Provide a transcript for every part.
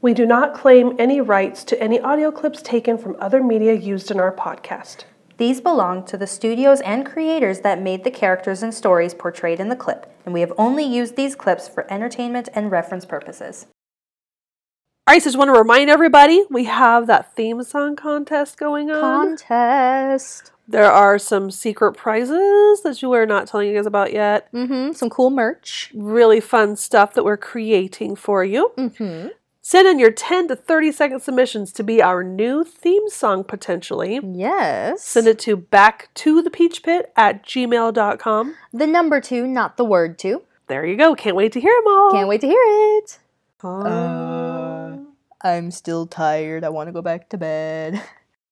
We do not claim any rights to any audio clips taken from other media used in our podcast. These belong to the studios and creators that made the characters and stories portrayed in the clip, and we have only used these clips for entertainment and reference purposes. All right, so just want to remind everybody we have that theme song contest going on. Contest. there are some secret prizes that you are not telling you guys about yet. Mm-hmm. Some cool merch. Really fun stuff that we're creating for you. Mm-hmm. Send in your 10 to 30 second submissions to be our new theme song potentially. Yes. Send it to back to the peach pit at gmail.com. the number two, not the word two. There you go. Can't wait to hear them all. Can't wait to hear it. Uh, I'm still tired. I want to go back to bed.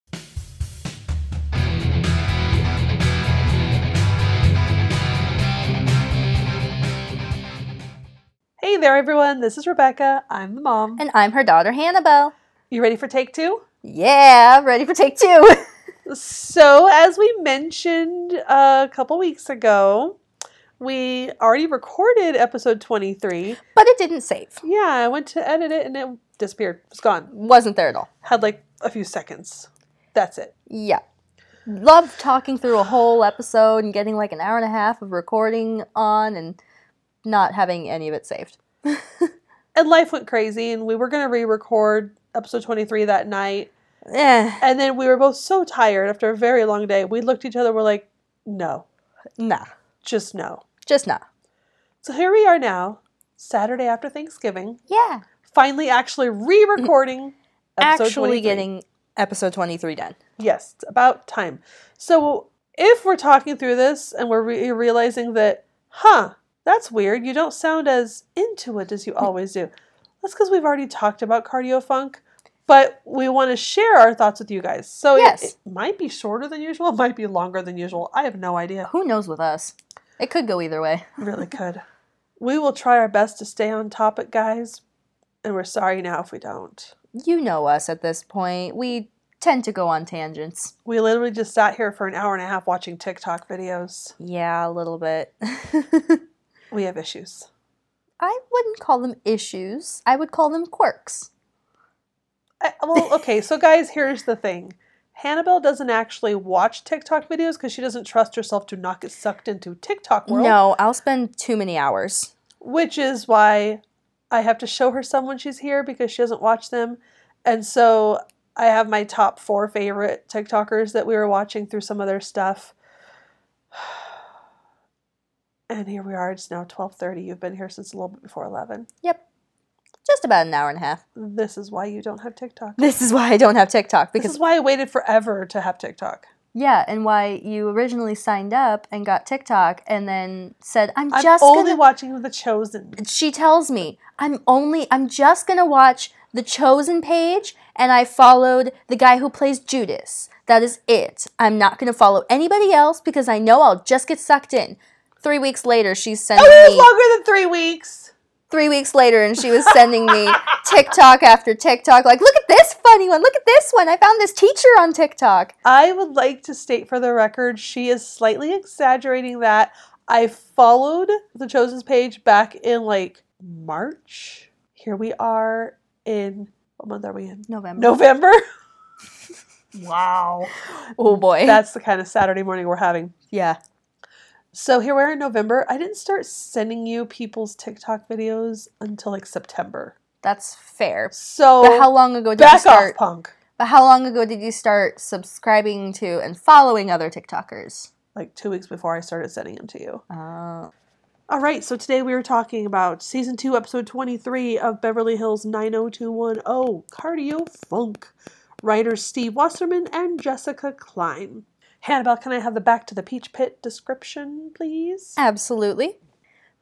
hey there, everyone. This is Rebecca. I'm the mom. And I'm her daughter, Hannibal. You ready for take two? Yeah, ready for take two. So, as we mentioned a couple weeks ago, we already recorded episode 23. but it didn't save. Yeah, I went to edit it and it disappeared. It's gone. Wasn't there at all. Had like a few seconds. That's it. Yeah. Love talking through a whole episode and getting like an hour and a half of recording on and not having any of it saved. And life went crazy, and we were going to re record episode 23 that night. Eh, And then we were both so tired after a very long day. We looked at each other, we're like, no, nah. just no. Just nah. So, here we are now, Saturday after Thanksgiving, Yeah. finally actually re recording episode Actually 23. getting episode 23 done. Yes, it's about time. So if we're talking through this and we're re- realizing that, huh, that's weird. You don't sound as into it as you always do. That's because we've already talked about cardio funk, but we want to share our thoughts with you guys. So it- Yes. it, might be shorter than usual. It might be longer than usual. I have no idea. Who knows with us? It could go either way. Really could. We will try our best to stay on topic, guys. And we're sorry now if we don't. You know us at this point. We tend to go on tangents. We literally just sat here for an hour and a half watching TikTok videos. Yeah, a little bit. We have issues. I wouldn't call them issues. I would call them quirks. I, Eh, well, okay, so guys, here's the thing. Hannibal doesn't actually watch TikTok videos because she doesn't trust herself to not get sucked into TikTok world. No, I'll spend too many hours. Which is why I have to show her some when she's here because she doesn't watch them. And so I have my top four favorite TikTokers that we were watching through some of their stuff. And here we are. It's now 12:30. You've been here since a little bit before 11. Yep. Just about an hour and a half. This is why you don't have TikTok. This is why I don't have TikTok This because is why I waited forever to have TikTok. yeah, and why you originally signed up and got TikTok and then said I'm, I'm just only gonna watching The Chosen. she tells me I'm only I'm just gonna watch the chosen page and I followed the guy who plays Judas. That is it. I'm not gonna follow anybody else because I know I'll just get sucked in. Three weeks later she's sending Oh, It was me longer than three weeks. three weeks later and she was sending me TikTok after TikTok, like, look at this funny one, look at this one. I found this teacher on TikTok. I would like to state for the record, she is slightly exaggerating that. I followed The Chosen's page back in like March. Here we are in what month are we in? November. November. wow. Oh boy. That's the kind of Saturday morning we're having. yeah. So here we are in November. I didn't start sending you people's TikTok videos until like September. That's fair. So But how long ago did you Oh, back off, start punk. but how long ago did you start subscribing to and following other TikTokers? Like two weeks before I started sending them to you. Uh, Oh. All right, so today we are talking about season two, episode 23 of Beverly Hills 90210 Cardio Funk. Writers Steve Wasserman and Jessica Klein. Hannibal, can I have the back to the peach pit description, please? Absolutely.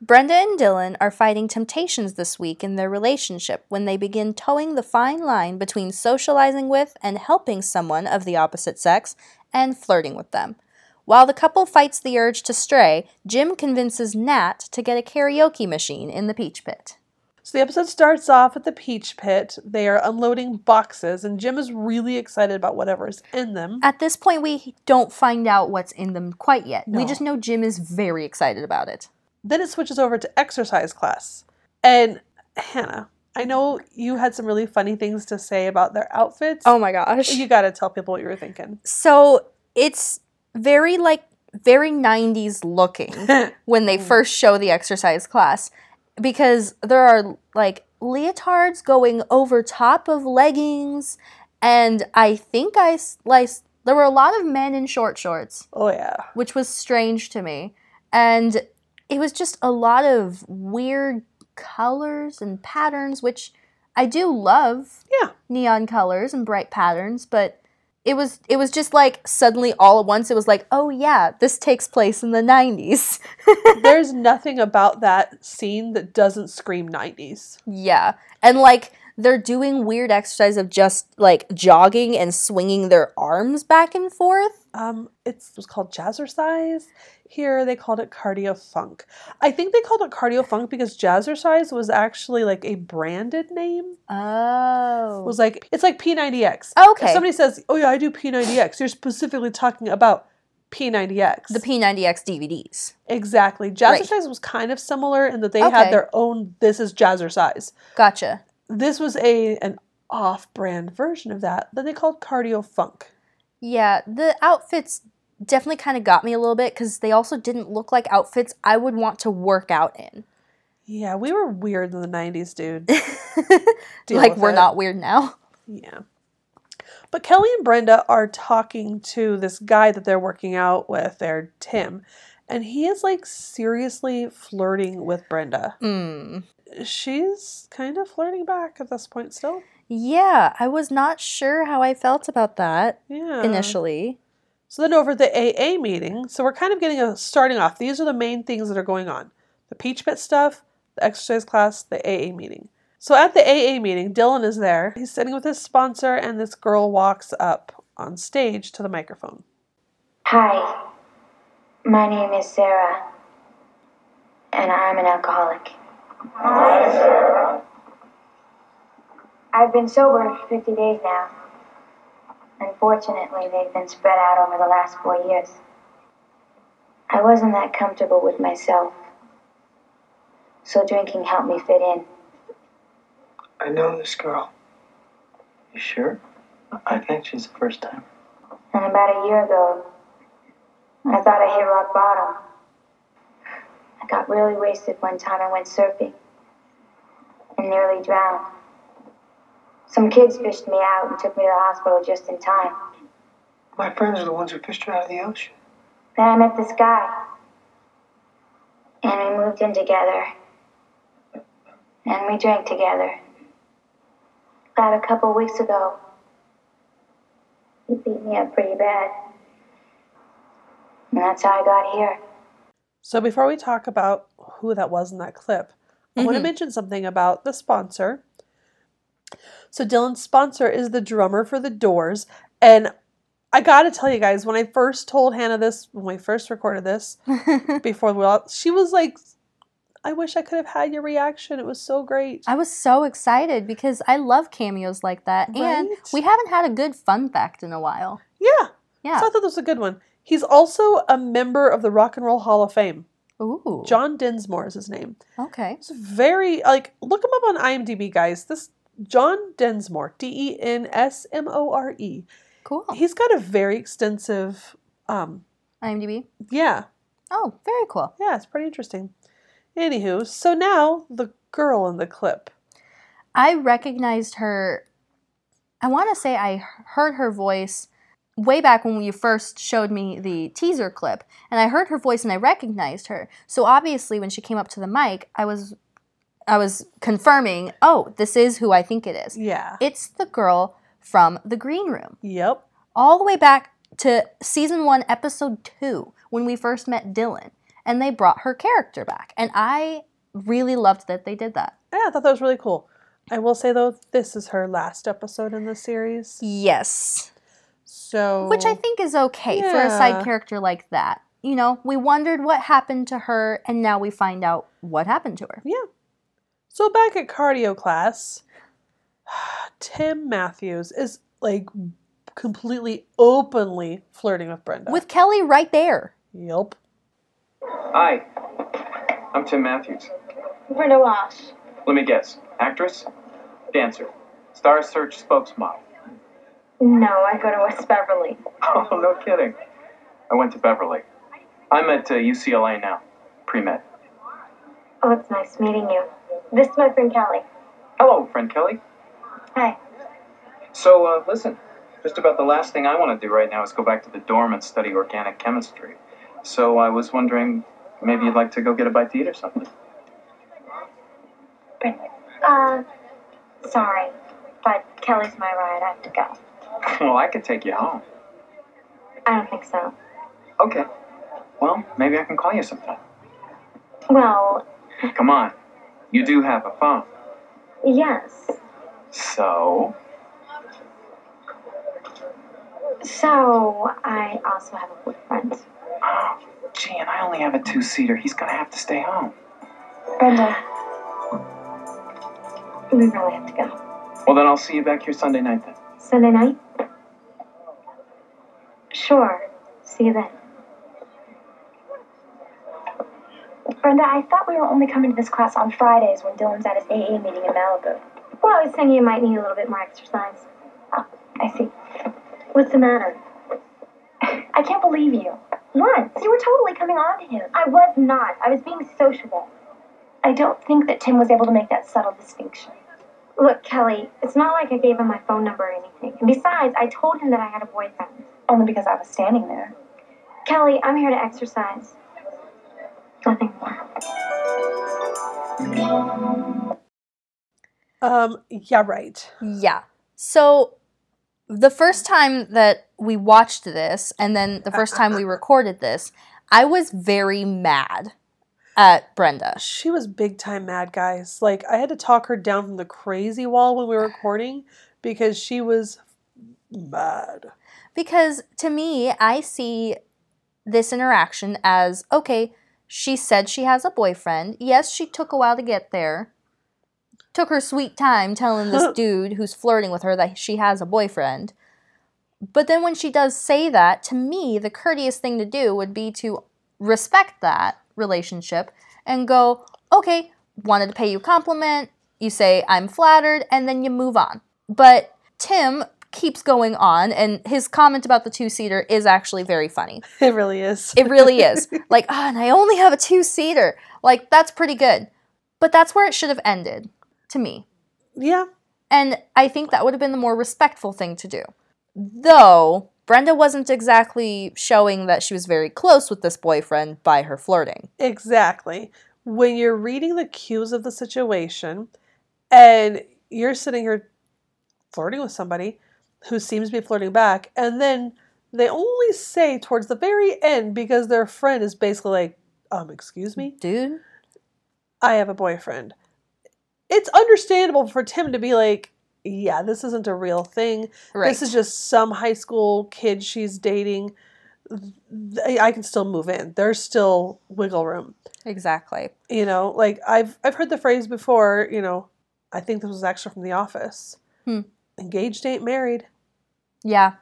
Brenda and Dylan are fighting temptations this week in their relationship when they begin towing the fine line between socializing with and helping someone of the opposite sex and flirting with them. While the couple fights the urge to stray, Jim convinces Nat to get a karaoke machine in the peach pit. So the episode starts off at the peach pit. They are unloading boxes, and Jim is really excited about whatever's in them. At this point, we don't find out what's in them quite yet. We No. just know Jim is very excited about it. Then it switches over to exercise class. And Hannah, I know you had some really funny things to say about their outfits. Oh my gosh. You got to tell people what you were thinking. So it's very like very 90s looking when they first show the exercise class because there are like leotards going over top of leggings and I think I s- like there were a lot of men in short shorts Oh, yeah. which was strange to me. And it was just a lot of weird colors and patterns, which I do love. Yeah. Neon colors and bright patterns, but it was it was just like suddenly all at once it was like, oh yeah, this takes place in the nineties. There's nothing about that scene that doesn't scream 90s. yeah. And like they're doing weird exercise of just like jogging and swinging their arms back and forth. Um, it's, it was called jazzercise. Here they called it cardio funk. I think they called it cardio funk because jazzercise was actually like a branded name. Oh. It was like it's like P90X. If okay. somebody says, "Oh yeah, I do P90X," you're specifically talking about P90X. the P90X DVDs. exactly. Jazzercise was kind of similar in that they had Okay. their own. This is jazzercise. Gotcha. This was a an off-brand version of that that they called cardio funk. Yeah, the outfits definitely kind of got me a little bit because they also didn't look like outfits I would want to work out in. Yeah, we were weird in the '90s, dude. Deal like, with we're it. not weird now. Yeah. But Kelly and Brenda are talking to this guy that they're working out with, their Tim, and he is like seriously flirting with Brenda. Mm. She's kind of flirting back at this point still. Yeah, I was not sure how I felt about that Yeah. initially. So then over at the AA meeting, so we're kind of getting a starting off. These are the main things that are going on. The peach pit stuff, the exercise class, the AA meeting. So at the AA meeting, Dylan is there. He's sitting with his sponsor and this girl walks up on stage to the microphone. Hi, my name is Sarah, and I'm an alcoholic. I've been sober for 50 days now. Unfortunately, they've been spread out over the last four years. I wasn't that comfortable with myself, so drinking helped me fit in. I know this girl. You sure? I think she's the first time. And about a year ago, I thought I hit rock bottom. I got really wasted one time and went surfing and nearly drowned. Some kids fished me out and took me to the hospital just in time. My friends are the ones who fished her out of the ocean. Then I met this guy. And we moved in together. And we drank together. About a couple weeks ago, he beat me up pretty bad. And that's how I got here. So before we talk about who that was in that clip, I want to Mhm. mention something about the sponsor. So Dylan's sponsor is the drummer for the Doors, and I gotta tell you guys, when I first told Hannah this, when we first recorded this before we all, she was like, "I wish I could have had your reaction. It was so great." I was so excited because I love cameos like that. And Right? we haven't had a good fun fact in a while. yeah, Yeah. so I thought that was a good one. He's also a member of the Rock and Roll Hall of Fame. Ooh. John Dinsmore is his name. Okay. It's very like look him up on IMDb, guys. This John Densmore, D E N S M O R E. Cool. He's got a very extensive, um, IMDb. yeah, Oh, very cool. yeah, it's pretty interesting. Anywho, so now the girl in the clip. I recognized her. I want to say I heard her voice way back when you first showed me the teaser clip, and I heard her voice and I recognized her. So obviously, when she came up to the mic, I was, I was confirming. Oh, this is who I think it is. Yeah. It's the girl from the green room, Yep. all the way back to season one, episode two, when we first met Dylan, and they brought her character back, and I really loved that they did that. Yeah, I thought that was really cool. I will say though, this is her last episode in the series. Yes. So Which I think is okay for a Yeah. side character like that. You know, we wondered what happened to her, and now we find out what happened to her. So back at cardio class, Tim Matthews is like completely openly flirting with Brenda. With Kelly right there. Yelp. Hi, I'm Tim Matthews. Brenda Walsh. Let me guess, actress? Dancer. Star Search spokesmodel. No, I go to West Beverly. Oh, no kidding. I went to Beverly. I'm at uh, UCLA now, pre med. Oh, it's nice meeting you. This is my friend Kelly. Hello, friend Kelly. Hi. So, uh, listen, just about the last thing I want to do right now is go back to the dorm and study organic chemistry. So, I was wondering maybe you'd like to go get a bite to eat or something. Uh, sorry, but Kelly's my ride. I have to go. well, I could take you home. I don't think so. Okay. Well, maybe I can call you sometime. Well, Come on. You do have a phone. yes. So, So, I also have a boyfriend. oh, gee, and I only have a two seater. He's going to have to stay home. Brenda, we really have to go. Well, then I'll see you back here Sunday night then. Sunday night? Sure. See you then. Brenda, I thought we were only coming to this class on Fridays when Dylan's at his AA meeting in Malibu. Well, I was thinking you might need a little bit more exercise. Oh, I see. What's the matter? I can't believe you. What? You were totally coming on to him. I was not. I was being sociable. I don't think that Tim was able to make that subtle distinction. Look, Kelly, it's not like I gave him my phone number or anything. And besides, I told him that I had a boyfriend. Only because I was standing there. Kelly, I'm here to exercise. Nothing more. Um, yeah, right. Yeah. So the first time that we watched this and then the first time we recorded this, I was very mad at Brenda. She was big time mad, guys. Like I had to talk her down from the crazy wall when we were recording because she was mad. Because to me, I see this interaction as okay, she said she has a boyfriend. Yes, she took a while to get there. Took her sweet time telling this dude who's flirting with her that she has a boyfriend. But then when she does say that, to me, the courteous thing to do would be to respect that relationship and go, okay, wanted to pay you a compliment. You say, I'm flattered, and then you move on. But Tim keeps going on, and his comment about the two seater is actually very funny. It really is. It really is. Like, oh, and I only have a two seater. Like, that's pretty good. But that's where it should have ended to me. yeah. And I think that would have been the more respectful thing to do. Though, Brenda wasn't exactly showing that she was very close with this boyfriend by her flirting. Exactly. When you're reading the cues of the situation and you're sitting here flirting with somebody who seems to be flirting back, and then they only say towards the very end because their friend is basically like, um, excuse me, Dude, I have a boyfriend. It's understandable for Tim to be like, yeah, this isn't a real thing. right. This is just some high school kid she's dating. Th- I can still move in. There's still wiggle room exactly. you know like i've i've heard the phrase before you know i think this was actually from the office Hmm. engaged ain't married Yeah.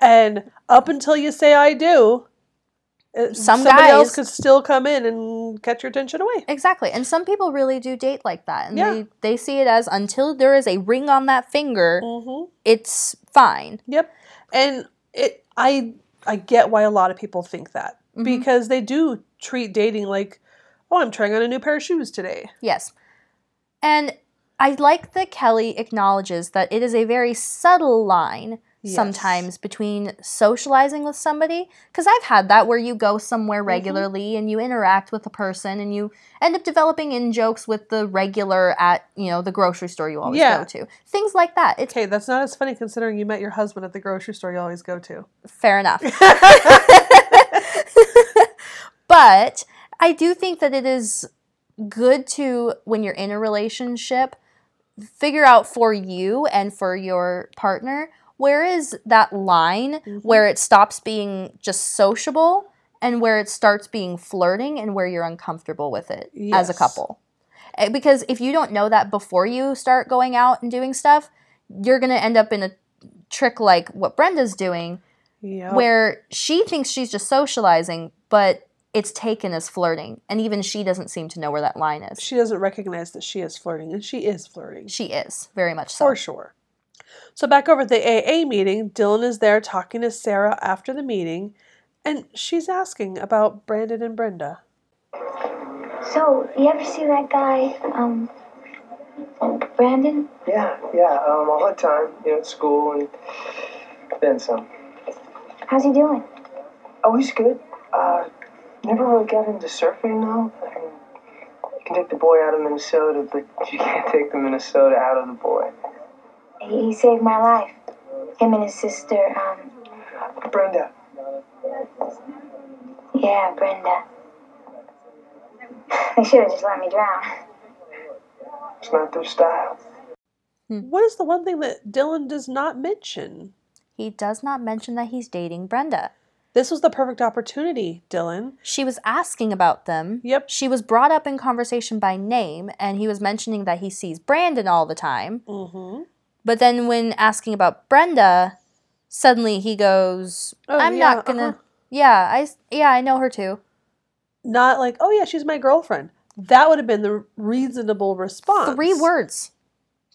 and up until you say i do uh, Some somebody guys- else could still come in and catch your attention away Exactly. And some people really do date like that. And Yeah. they, they see it as until there is a ring on that finger, mm-hmm. it's fine. yep and it i i get why a lot of people think that Mhm. because they do treat dating like oh i'm trying on a new pair of shoes today Yes. And I like that Kelly acknowledges that it is a very subtle line Yes. sometimes between socializing with somebody because I've had that where you go somewhere Mm-hmm. regularly and you interact with a person and you end up developing in jokes with the regular at, you know, the grocery store you always Yeah. go to. Things like that. It's okay that's not as funny considering you met your husband at the grocery store you always go to fair enough. but I do think that it is good to, when you're in a relationship, figure out for you and for your partner where is that line where it stops being just sociable and where it starts being flirting and where you're uncomfortable with it as a Yes. couple. Eh, Because if you don't know that before you start going out and doing stuff, you're going to end up in a trick like what Brenda's doing yeah where she thinks she's just socializing, but it's taken as flirting. And even she doesn't seem to know where that line is. She doesn't recognize that she is flirting, and she is flirting. She is, very much so. For sure. So back over at the AA meeting, Dylan is there talking to Sarah after the meeting, and she's asking about Brandon and Brenda. So, you ever see that guy, um, Brandon? Yeah, yeah, um, all the time, you know, at school and then some. How's he doing? Oh, he's good. Uh, never really got into surfing, though. I mean, you can take the boy out of Minnesota, but you can't take the Minnesota out of the boy. He, he saved my life. Him and his sister, um, Brenda, yeah, Brenda. They should have just let me drown. it's not their style. Hmm. What is the one thing that Dylan does not mention? He does not mention that he's dating Brenda. This was the perfect opportunity, Dylan. She was asking about them. Yep. She was brought up in conversation by name, and he was mentioning that he sees Brandon all the time. Mm-hmm. But then when asking about Brenda, suddenly he goes, Oh, "I'm yeah, not gonna." uh-huh. Yeah, I s- yeah I know her too. Not like, oh yeah, she's my girlfriend. That would have been the reasonable response. Three words.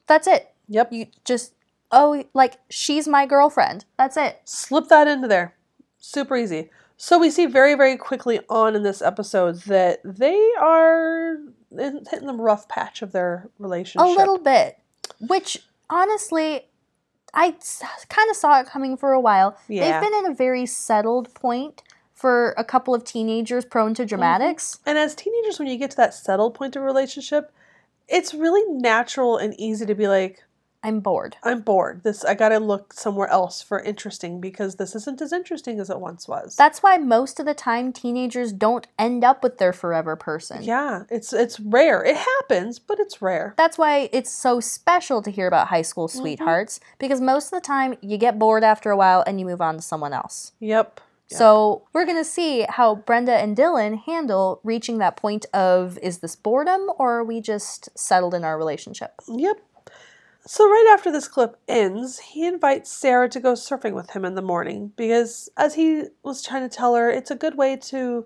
That's it. Yep. You just oh like she's my girlfriend. That's it. slip that into there. Super easy. So we see very, very quickly on in this episode that they are in- hitting the rough patch of their relationship. A little bit, which honestly, I kind of saw it coming for a while. Yeah. They've been at a very settled point for a couple of teenagers prone Mm-hmm. to dramatics. And as teenagers, when you get to that settled point of a relationship, it's really natural and easy to be like, I'm bored. I'm bored. This I gotta look somewhere else for interesting because this isn't as interesting as it once was. That's why most of the time teenagers don't end up with their forever person. yeah, it's it's rare. It happens, but it's rare. That's why it's so special to hear about high school Mm-hmm. sweethearts because most of the time you get bored after a while and you move on to someone else. Yep. So we're going to see how Brenda and Dylan handle reaching that point of is this boredom or are we just settled in our relationship? Yep. So right after this clip ends, he invites Sarah to go surfing with him in the morning because as he was trying to tell her, it's a good way to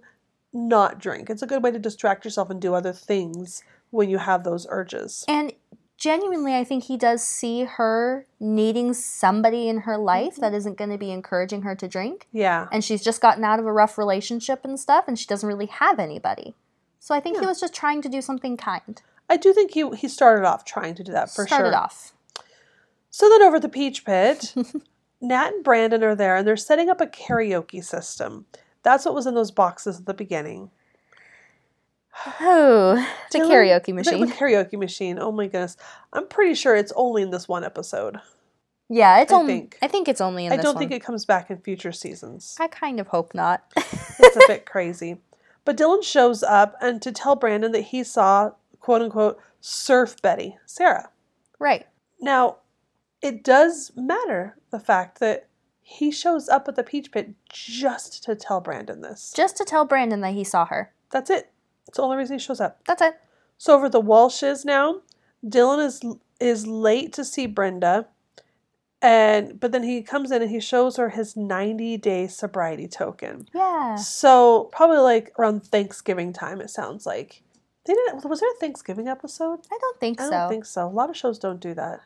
not drink. It's a good way to distract yourself and do other things when you have those urges. And genuinely, I think he does see her needing somebody in her Mm-hmm. life that isn't going to be encouraging her to drink. Yeah. and she's just gotten out of a rough relationship and stuff and she doesn't really have anybody so i think he Yeah. was just trying to do something kind I do think he he started off trying to do that for started sure. off So then over at the Peach Pit, Nat and Brandon are there and they're setting up a karaoke system. That's what was in those boxes at the beginning. oh the Dylan- karaoke the- machine The, karaoke machine. Oh my goodness. I'm pretty sure it's only in this one episode. yeah it's I only think. i think it's only in I this don't one. think it comes back in future seasons. i kind of hope not It's a bit crazy. But Dylan shows up and to tell Brandon that he saw, quote unquote, surf Betty, Sarah. right Now, it does matter the fact that he shows up at the Peach Pit just to tell Brandon this. just to tell brandon that he saw her That's it. It's the only reason he shows up. that's it So over at the Walshes now, Dylan is is late to see Brenda, and but then he comes in and he shows her his ninety day sobriety token. yeah So probably like around Thanksgiving time, it sounds like. They didn't. Was there a Thanksgiving episode? i don't think I so don't think so. A lot of shows don't do that.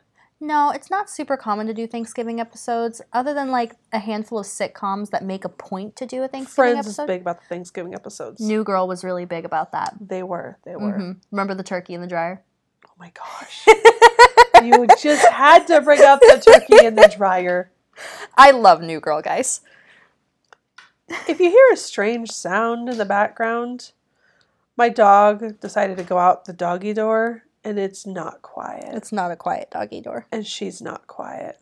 no it's not super common to do thanksgiving episodes other than like a handful of sitcoms that make a point to do a thanksgiving Friends episode is big about the Thanksgiving episodes. new girl was really big about that They were. They were. Mhm. remember the turkey in the dryer Oh my gosh. you just had to bring up the turkey in the dryer. I love New Girl, guys. If you hear a strange sound in the background, my dog decided to go out the doggy door and it's not quiet. It's not a quiet doggy door. and she's not quiet.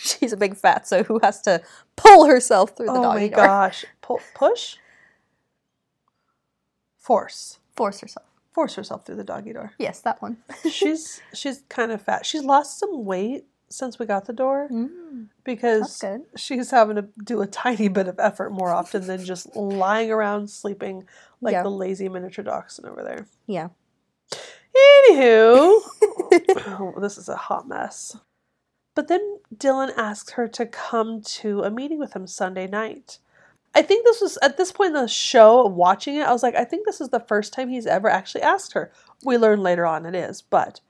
She's a big fat, so who has to pull herself through the oh my doggy door? gosh. Pu- push? Force. Force herself. Force herself through the doggy door. Yes, that one. She's she's kind of fat. She's lost some weight since we got the door Mm, that's because good. she's having to do a tiny bit of effort more often than just lying around sleeping like Yeah. the lazy miniature dachshund over there. Yeah. Anywho, oh, this is a hot mess. But then Dylan asks her to come to a meeting with him Sunday night. I think this was at this point in the show, watching it, I was like, I think this is the first time he's ever actually asked her. We learn later on it is, but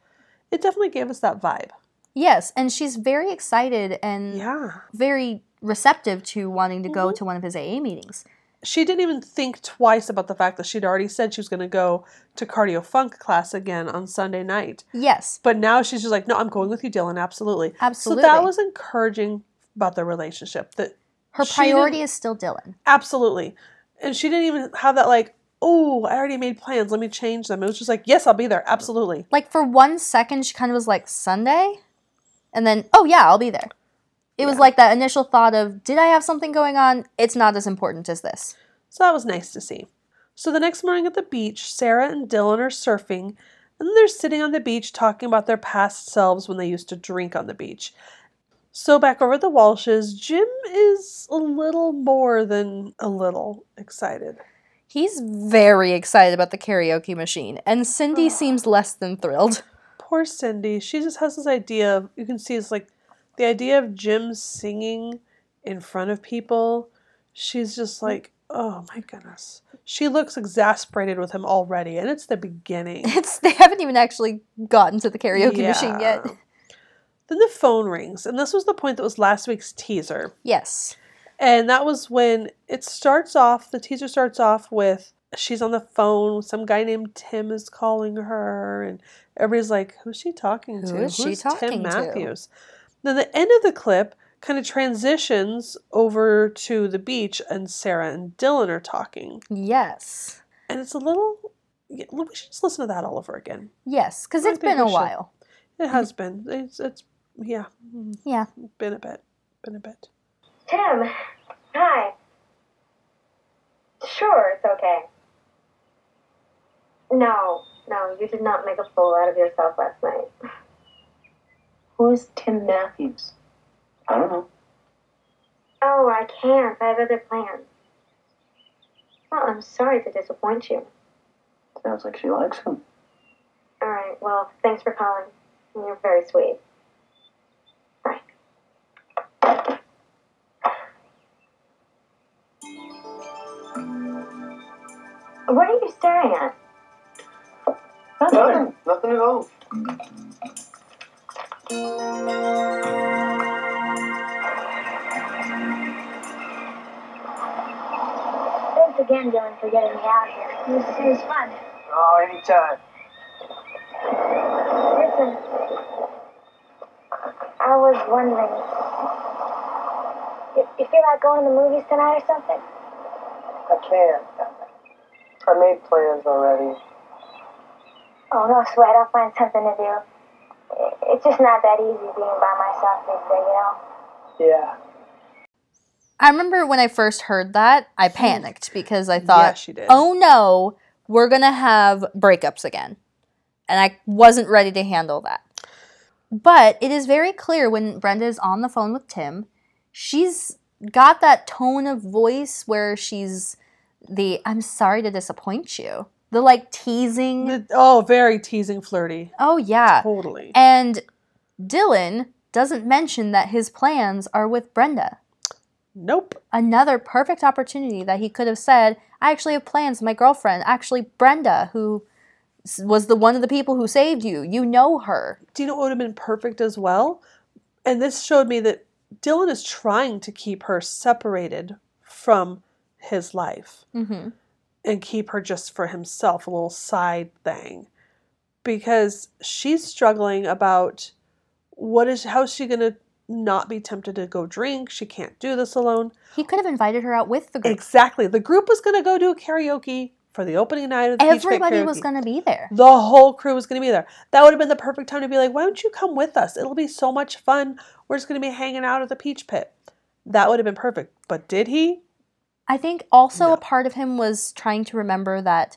it definitely gave us that vibe. Yes, and she's very excited and Yeah. Mm-hmm. very receptive to wanting to go to one of his AA meetings. She didn't even think twice about the fact that she'd already said she was going to go to cardio funk class again on Sunday night. Yes. But now she's just like, no, I'm going with you, Dylan. Absolutely. So Absolutely. that was encouraging about their relationship. That Her She priority didn't- is still Dylan. absolutely, and she didn't even have that like, oh, I already made plans. Let me change them. It was just like, yes, I'll be there. Absolutely. Like for one second, she kind of was like, Sunday? And then, oh yeah, I'll be there. It was like that initial thought of, did I have something going on? It's not as important as this. So that was nice to see. So the next morning at the beach, Sarah and Dylan are surfing, and they're sitting on the beach talking about their past selves when they used to drink on the beach. So back over at the Walshes, Jim is a little more than a little excited. He's very excited about the karaoke machine, and Cindy seems less than thrilled. Poor Cindy, she just has this idea of you can see it's like the idea of Jim singing in front of people. She's just like, oh my goodness. She looks exasperated with him already, and it's the beginning. It's they haven't even actually gotten to the karaoke machine yet. Yeah. Then the phone rings, and this was the point that was last week's teaser. Yes. And that was when it starts off, the teaser starts off with she's on the phone, some guy named Tim is calling her, and everybody's like, Who's she talking Who to? is she talking to?" Matthews? Then the end of the clip kind of transitions over to the beach, and Sarah and Dylan are talking. Yes. And it's a little, yeah, we should just listen to that all over again. Yes, because I it's think been a we should. while. It Mm-hmm. has been. It's, it's yeah. Mm. Yeah. Been a bit. Been a bit. Tim, hi. Sure, it's okay. No, no, you did not make a fool out of yourself last night. Who is Tim Matthews? I don't know. Oh, I can't. I have other plans. Well, I'm sorry to disappoint you. Sounds like she likes him. All right, well, thanks for calling. You're very sweet. Bye. What are you staring at? Nothing. Nothing at all. Thanks again, Dylan, for getting me out here. It was, it was fun. Oh, anytime. Listen, I was wondering, you, you feel like going to the movies tonight or something? I can't. I made plans already. Oh, no sweat. I'll find something to do. I- It's just not that easy being by myself these days, you know? Yeah. I remember when I first heard that, I panicked because I thought, Hmm. yeah, she did. oh no, we're going to have breakups again. And I wasn't ready to handle that. But it is very clear when Brenda is on the phone with Tim, she's got that tone of voice where she's the, I'm sorry to disappoint you. The like teasing. The- oh, very teasing, flirty. oh, yeah. Totally. And Dylan doesn't mention that his plans are with Brenda. Nope. another perfect opportunity that he could have said, I actually have plans, my girlfriend, actually Brenda, who s- was the one of the people who saved you. You know her. Do you know what would have been perfect as well? And this showed me that Dylan is trying to keep her separated from his life Mm-hmm. and keep her just for himself, a little side thing. Because she's struggling about what is how is she gonna not be tempted to go drink? She can't do this alone. He could have invited her out with the group. Exactly. The group was going to go do a karaoke for the opening night of the Peach Pit Everybody was karaoke. going to be there. The whole crew was going to be there. That would have been the perfect time to be like, why don't you come with us? It'll be so much fun. We're just going to be hanging out at the Peach Pit. That would have been perfect. But did he? I think also No. a part of him was trying to remember that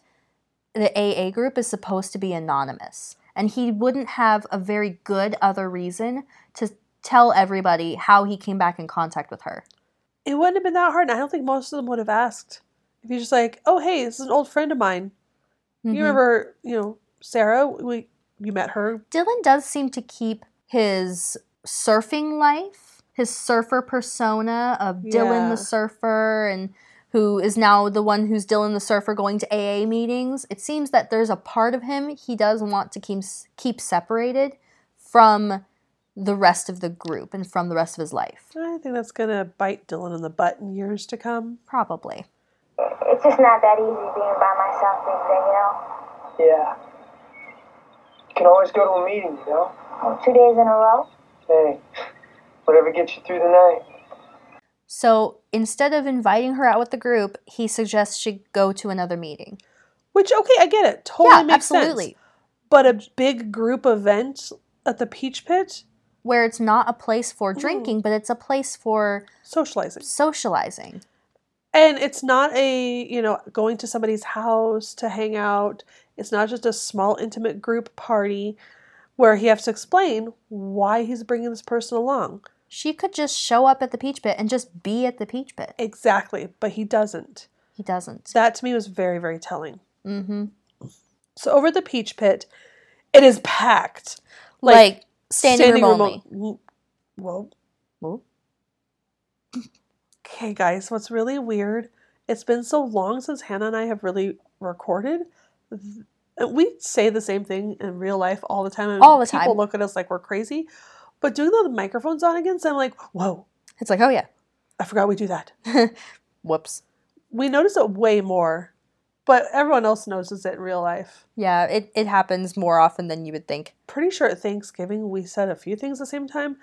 the AA group is supposed to be anonymous. And he wouldn't have a very good other reason to tell everybody how he came back in contact with her. It wouldn't have been that hard. And I don't think most of them would have asked. If you're just like, oh, hey, this is an old friend of mine. Mhm. You remember, you know, Sarah? We, you met her. Dylan does seem to keep his surfing life, his surfer persona of Dylan Yeah. the surfer and who is now the one who's Dylan the surfer going to AA meetings, it seems that there's a part of him he does want to keep keep separated from the rest of the group and from the rest of his life. I think that's going to bite Dylan in the butt in years to come. Probably. It's just not that easy being by myself these days, you know? Yeah. You can always go to a meeting, you know? Oh, Two days in a row? Hey, whatever gets you through the night. So instead of inviting her out with the group, he suggests she go to another meeting. Which, okay, I get it. Totally makes sense. absolutely. But a big group event at the Peach Pit, Where it's not a place for drinking, but it's a place for socializing. socializing. And it's not a, you know, going to somebody's house to hang out. It's not just a small, intimate group party where he has to explain why he's bringing this person along. She could just show up at the peach pit and just be at the peach pit. Exactly. But he doesn't. He doesn't. That to me was very, very telling. Mm-hmm. So over at the Peach Pit, it is packed. Like, standing, room, only. only. Well, Well, Okay, guys, what's really weird, it's been so long since Hannah and I have really recorded. th- We say the same thing in real life all the time. And All the People time. look at us like we're crazy. But doing the microphones on again, so I'm like, whoa, It's like, oh yeah. I forgot we do that. Whoops. We notice it way more, but everyone else notices it in real life. Yeah, it, it happens more often than you would think. Pretty sure at Thanksgiving we said a few things at the same time,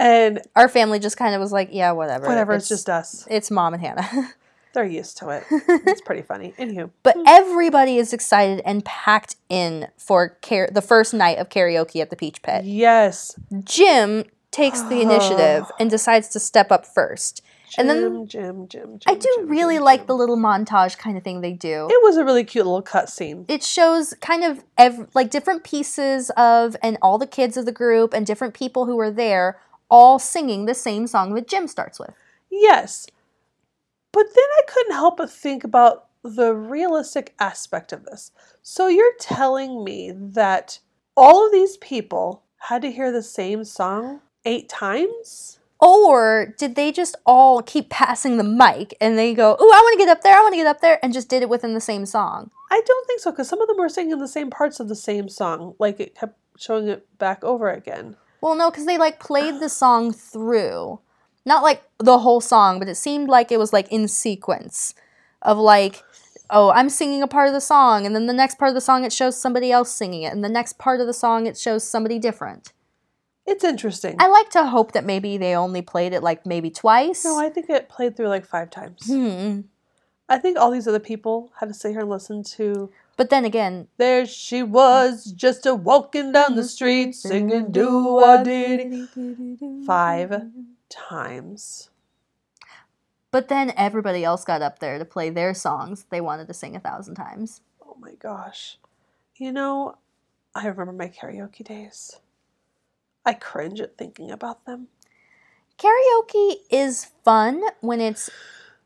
and Our family just kind of was like, yeah, whatever. whatever, it's just us. it's mom and Hannah. They're used to it. it's pretty funny. Anywho, but everybody is excited and packed in for car- the first night of karaoke at the Peach Pit. yes, Jim takes the initiative and decides to step up first. And then- Jim, Jim, Jim. I do Jim, really Jim, like Jim. the little montage kind of thing they do. It was a really cute little cutscene. It shows kind of ev- like different pieces of and all the kids of the group and different people who were there all singing the same song that Jim starts with. Yes. But then I couldn't help but think about the realistic aspect of this. So you're telling me that all of these people had to hear the same song eight times? Or did they just all keep passing the mic and they go, "Ooh, I want to get up there. I want to get up there," and just did it within the same song? I don't think so, because some of them were singing the same parts of the same song. Like it kept showing it back over again. Well, no, because they like played the song through, not like the whole song, but it seemed like it was like in sequence of like, oh, I'm singing a part of the song, and then the next part of the song it shows somebody else singing it, and the next part of the song it shows somebody different. It's interesting. I like to hope that maybe they only played it like maybe twice. no, I think it played through like five times. Hmm. I think all these other people had to sit here and listen to But then again, There she was, just a walking down the street, singing do a did five times. But then everybody else got up there to play their songs they wanted to sing a thousand times. Oh my gosh. You know, I remember my karaoke days. I cringe at thinking about them. Karaoke is fun when it's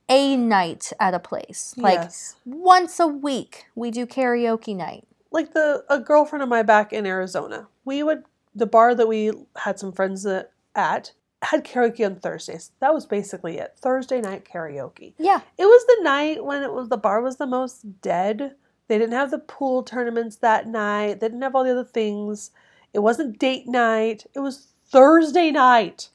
a night at a place. Like yes. once a week, we do karaoke night. like the a girlfriend of my back in Arizona. We would the bar that we had some friends that, at had karaoke on Thursdays. That was basically it. Thursday night karaoke. Yeah. It was the night when it was the bar was the most dead. They didn't have the pool tournaments that night. They didn't have all the other things. It wasn't date night. It was Thursday night.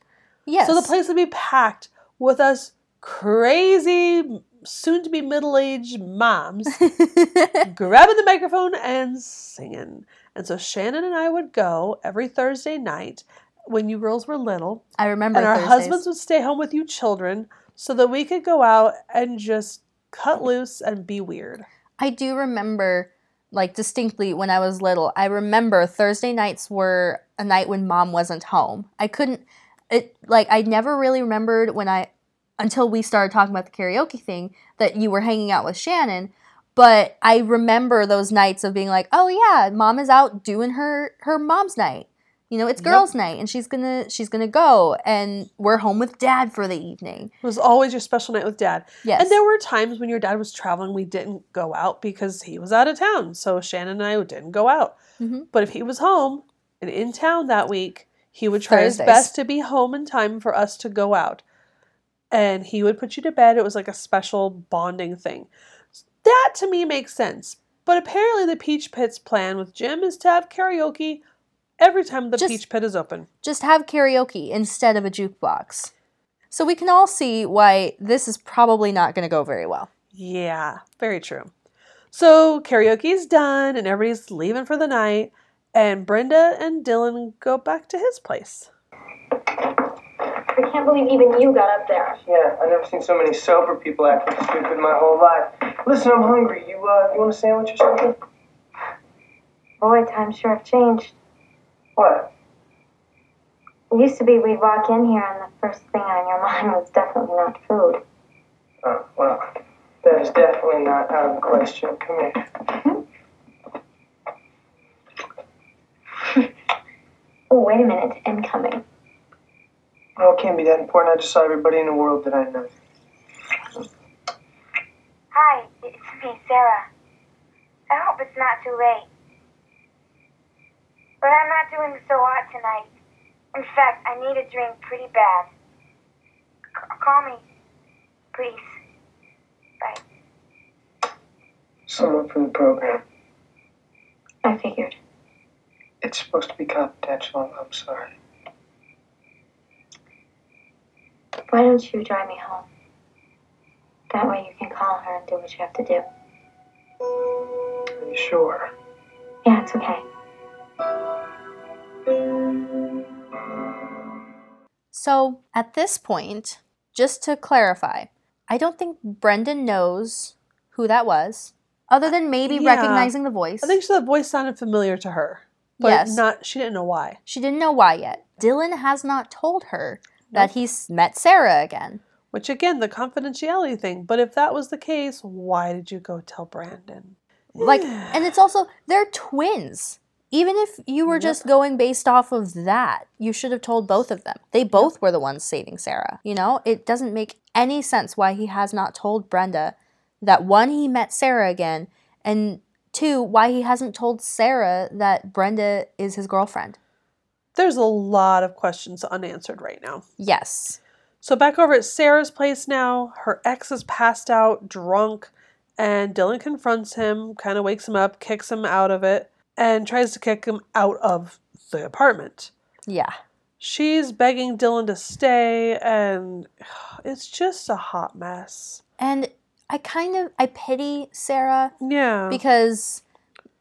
Yes. So the place would be packed with us crazy, soon to be middle aged moms grabbing the microphone and singing. And so Shannon and I would go every Thursday night when you girls were little I remember. and our Thursdays. husbands would stay home with you children so that we could go out and just cut loose and be weird. I do remember, like distinctly when I was little. I remember Thursday nights were a night when mom wasn't home. I couldn't. It like I never really remembered when I until we started talking about the karaoke thing that you were hanging out with Shannon. But I remember those nights of being like, oh yeah, mom is out doing her her mom's night. You know, it's Yep. girls' night, and she's gonna she's gonna go, and we're home with dad for the evening. It was always your special night with dad. Yes, And there were times when your dad was traveling, we didn't go out because he was out of town. So Shannon and I didn't go out. Mhm. But if he was home and in town that week, he would try Thursdays. his best to be home in time for us to go out. and he would put you to bed. It was like a special bonding thing. That to me makes sense. But apparently, the Peach Pit's plan with Jim is to have karaoke every time the Just- Peach Pit is open. Just have karaoke instead of a jukebox. So we can all see why this is probably not going to go very well. Yeah, very true. So karaoke's done, and everybody's leaving for the night. And Brenda and Dylan go back to his place. I can't believe even you got up there. Yeah, I've never seen so many sober people acting stupid in my whole life. Listen, I'm hungry. You, uh, you want a sandwich or something? Boy, times sure have changed. What? It used to be we'd walk in here and the first thing on your mind was definitely not food. Oh, well, that is definitely not out of the question. Come here. Oh, wait a minute, incoming. Oh, it can't be that important. I just saw everybody in the world that I know. Hi, it's me, Sarah. I hope it's not too late. But I'm not doing so hot tonight. In fact, I need a drink pretty bad. C- call me, please. Bye. Someone from the program. I figured. It's supposed to be confidential. I'm sorry. Why don't you drive me home? That way you can call her and do what you have to do. Are you sure? Yeah, it's okay. So at this point, just to clarify, I don't think Brendan knows who that was, other than maybe Yeah. recognizing the voice. I think the voice sounded familiar to her, but Yes. not. She didn't know why. She didn't know why yet. Dylan has not told her that he's met Sarah again. Which again, the confidentiality thing. But if that was the case, why did you go tell Brandon? Like, and it's also, they're twins. Even if you were just going based off of that, you should have told both of them. They both were the ones saving Sarah. You know, it doesn't make any sense why he has not told Brenda that one, he met Sarah again, and two, why he hasn't told Sarah that Brenda is his girlfriend. There's a lot of questions unanswered right now. Yes. So back over at Sarah's place now, her ex is passed out, drunk, and Dylan confronts him, kind of wakes him up, kicks him out of it, and tries to kick him out of the apartment. Yeah. She's begging Dylan to stay, and it's just a hot mess. And I kind of, I pity Sarah Yeah. because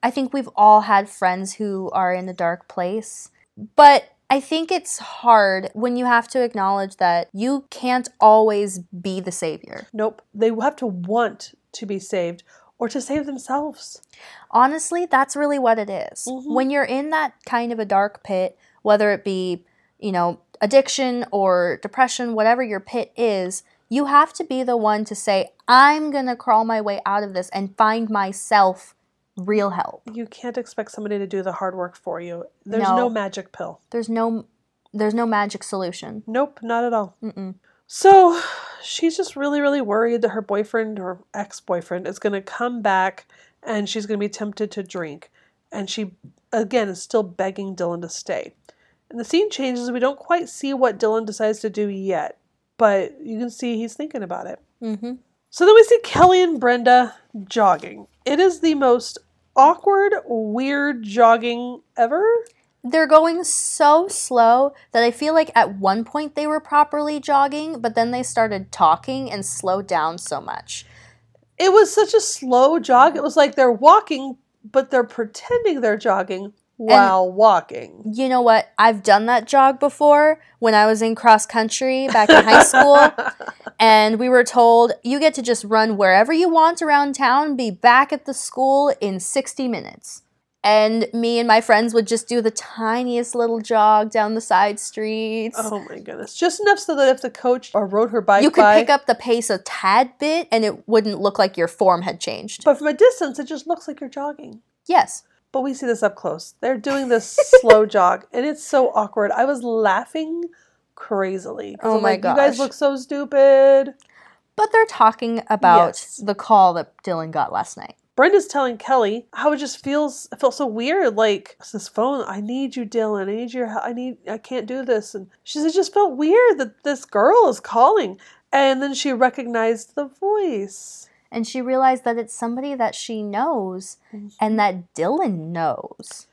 I think we've all had friends who are in a dark place. But I think it's hard when you have to acknowledge that you can't always be the savior. nope. They have to want to be saved or to save themselves. Honestly, that's really what it is. Mhm. When you're in that kind of a dark pit, whether it be, you know, addiction or depression, whatever your pit is, you have to be the one to say, I'm going to crawl my way out of this and find myself real help. You can't expect somebody to do the hard work for you. There's No. no magic pill. There's no there's no magic solution. Nope, not at all. Mm-mm. So she's just really, really worried that her boyfriend or ex boyfriend is going to come back and she's going to be tempted to drink. And she, again, is still begging Dylan to stay. And the scene changes. We don't quite see what Dylan decides to do yet, but you can see he's thinking about it. Mm-hmm. So then we see Kelly and Brenda jogging. It is the most awkward, weird jogging ever. They're going so slow that I feel like at one point they were properly jogging, but then they started talking and slowed down so much. It was such a slow jog. It was like they're walking, but they're pretending they're jogging while walking. You know what? I've done that jog before when I was in cross country back in high school, and we were told you get to just run wherever you want around town, be back at the school in 60 minutes. And me and my friends would just do the tiniest little jog down the side streets. Oh my goodness. Just enough so that if the coach or rode her bike you could by, pick up the pace a tad bit and it wouldn't look like your form had changed. but from a distance, it just looks like you're jogging. yes. But we see this up close. They're doing this slow jog, and it's so awkward. I was laughing crazily. 'Cause Oh I'm my like, You guys gosh. look so stupid. But they're talking about Yes. the call that Dylan got last night. Brenda's telling Kelly how it just feels. It felt so weird. Like it's this phone. I need you, Dylan. I need your. hel- I need. I can't do this. And she said, it just felt weird that this girl is calling. And then she recognized the voice. And she realized that it's somebody that she knows and that Dylan knows.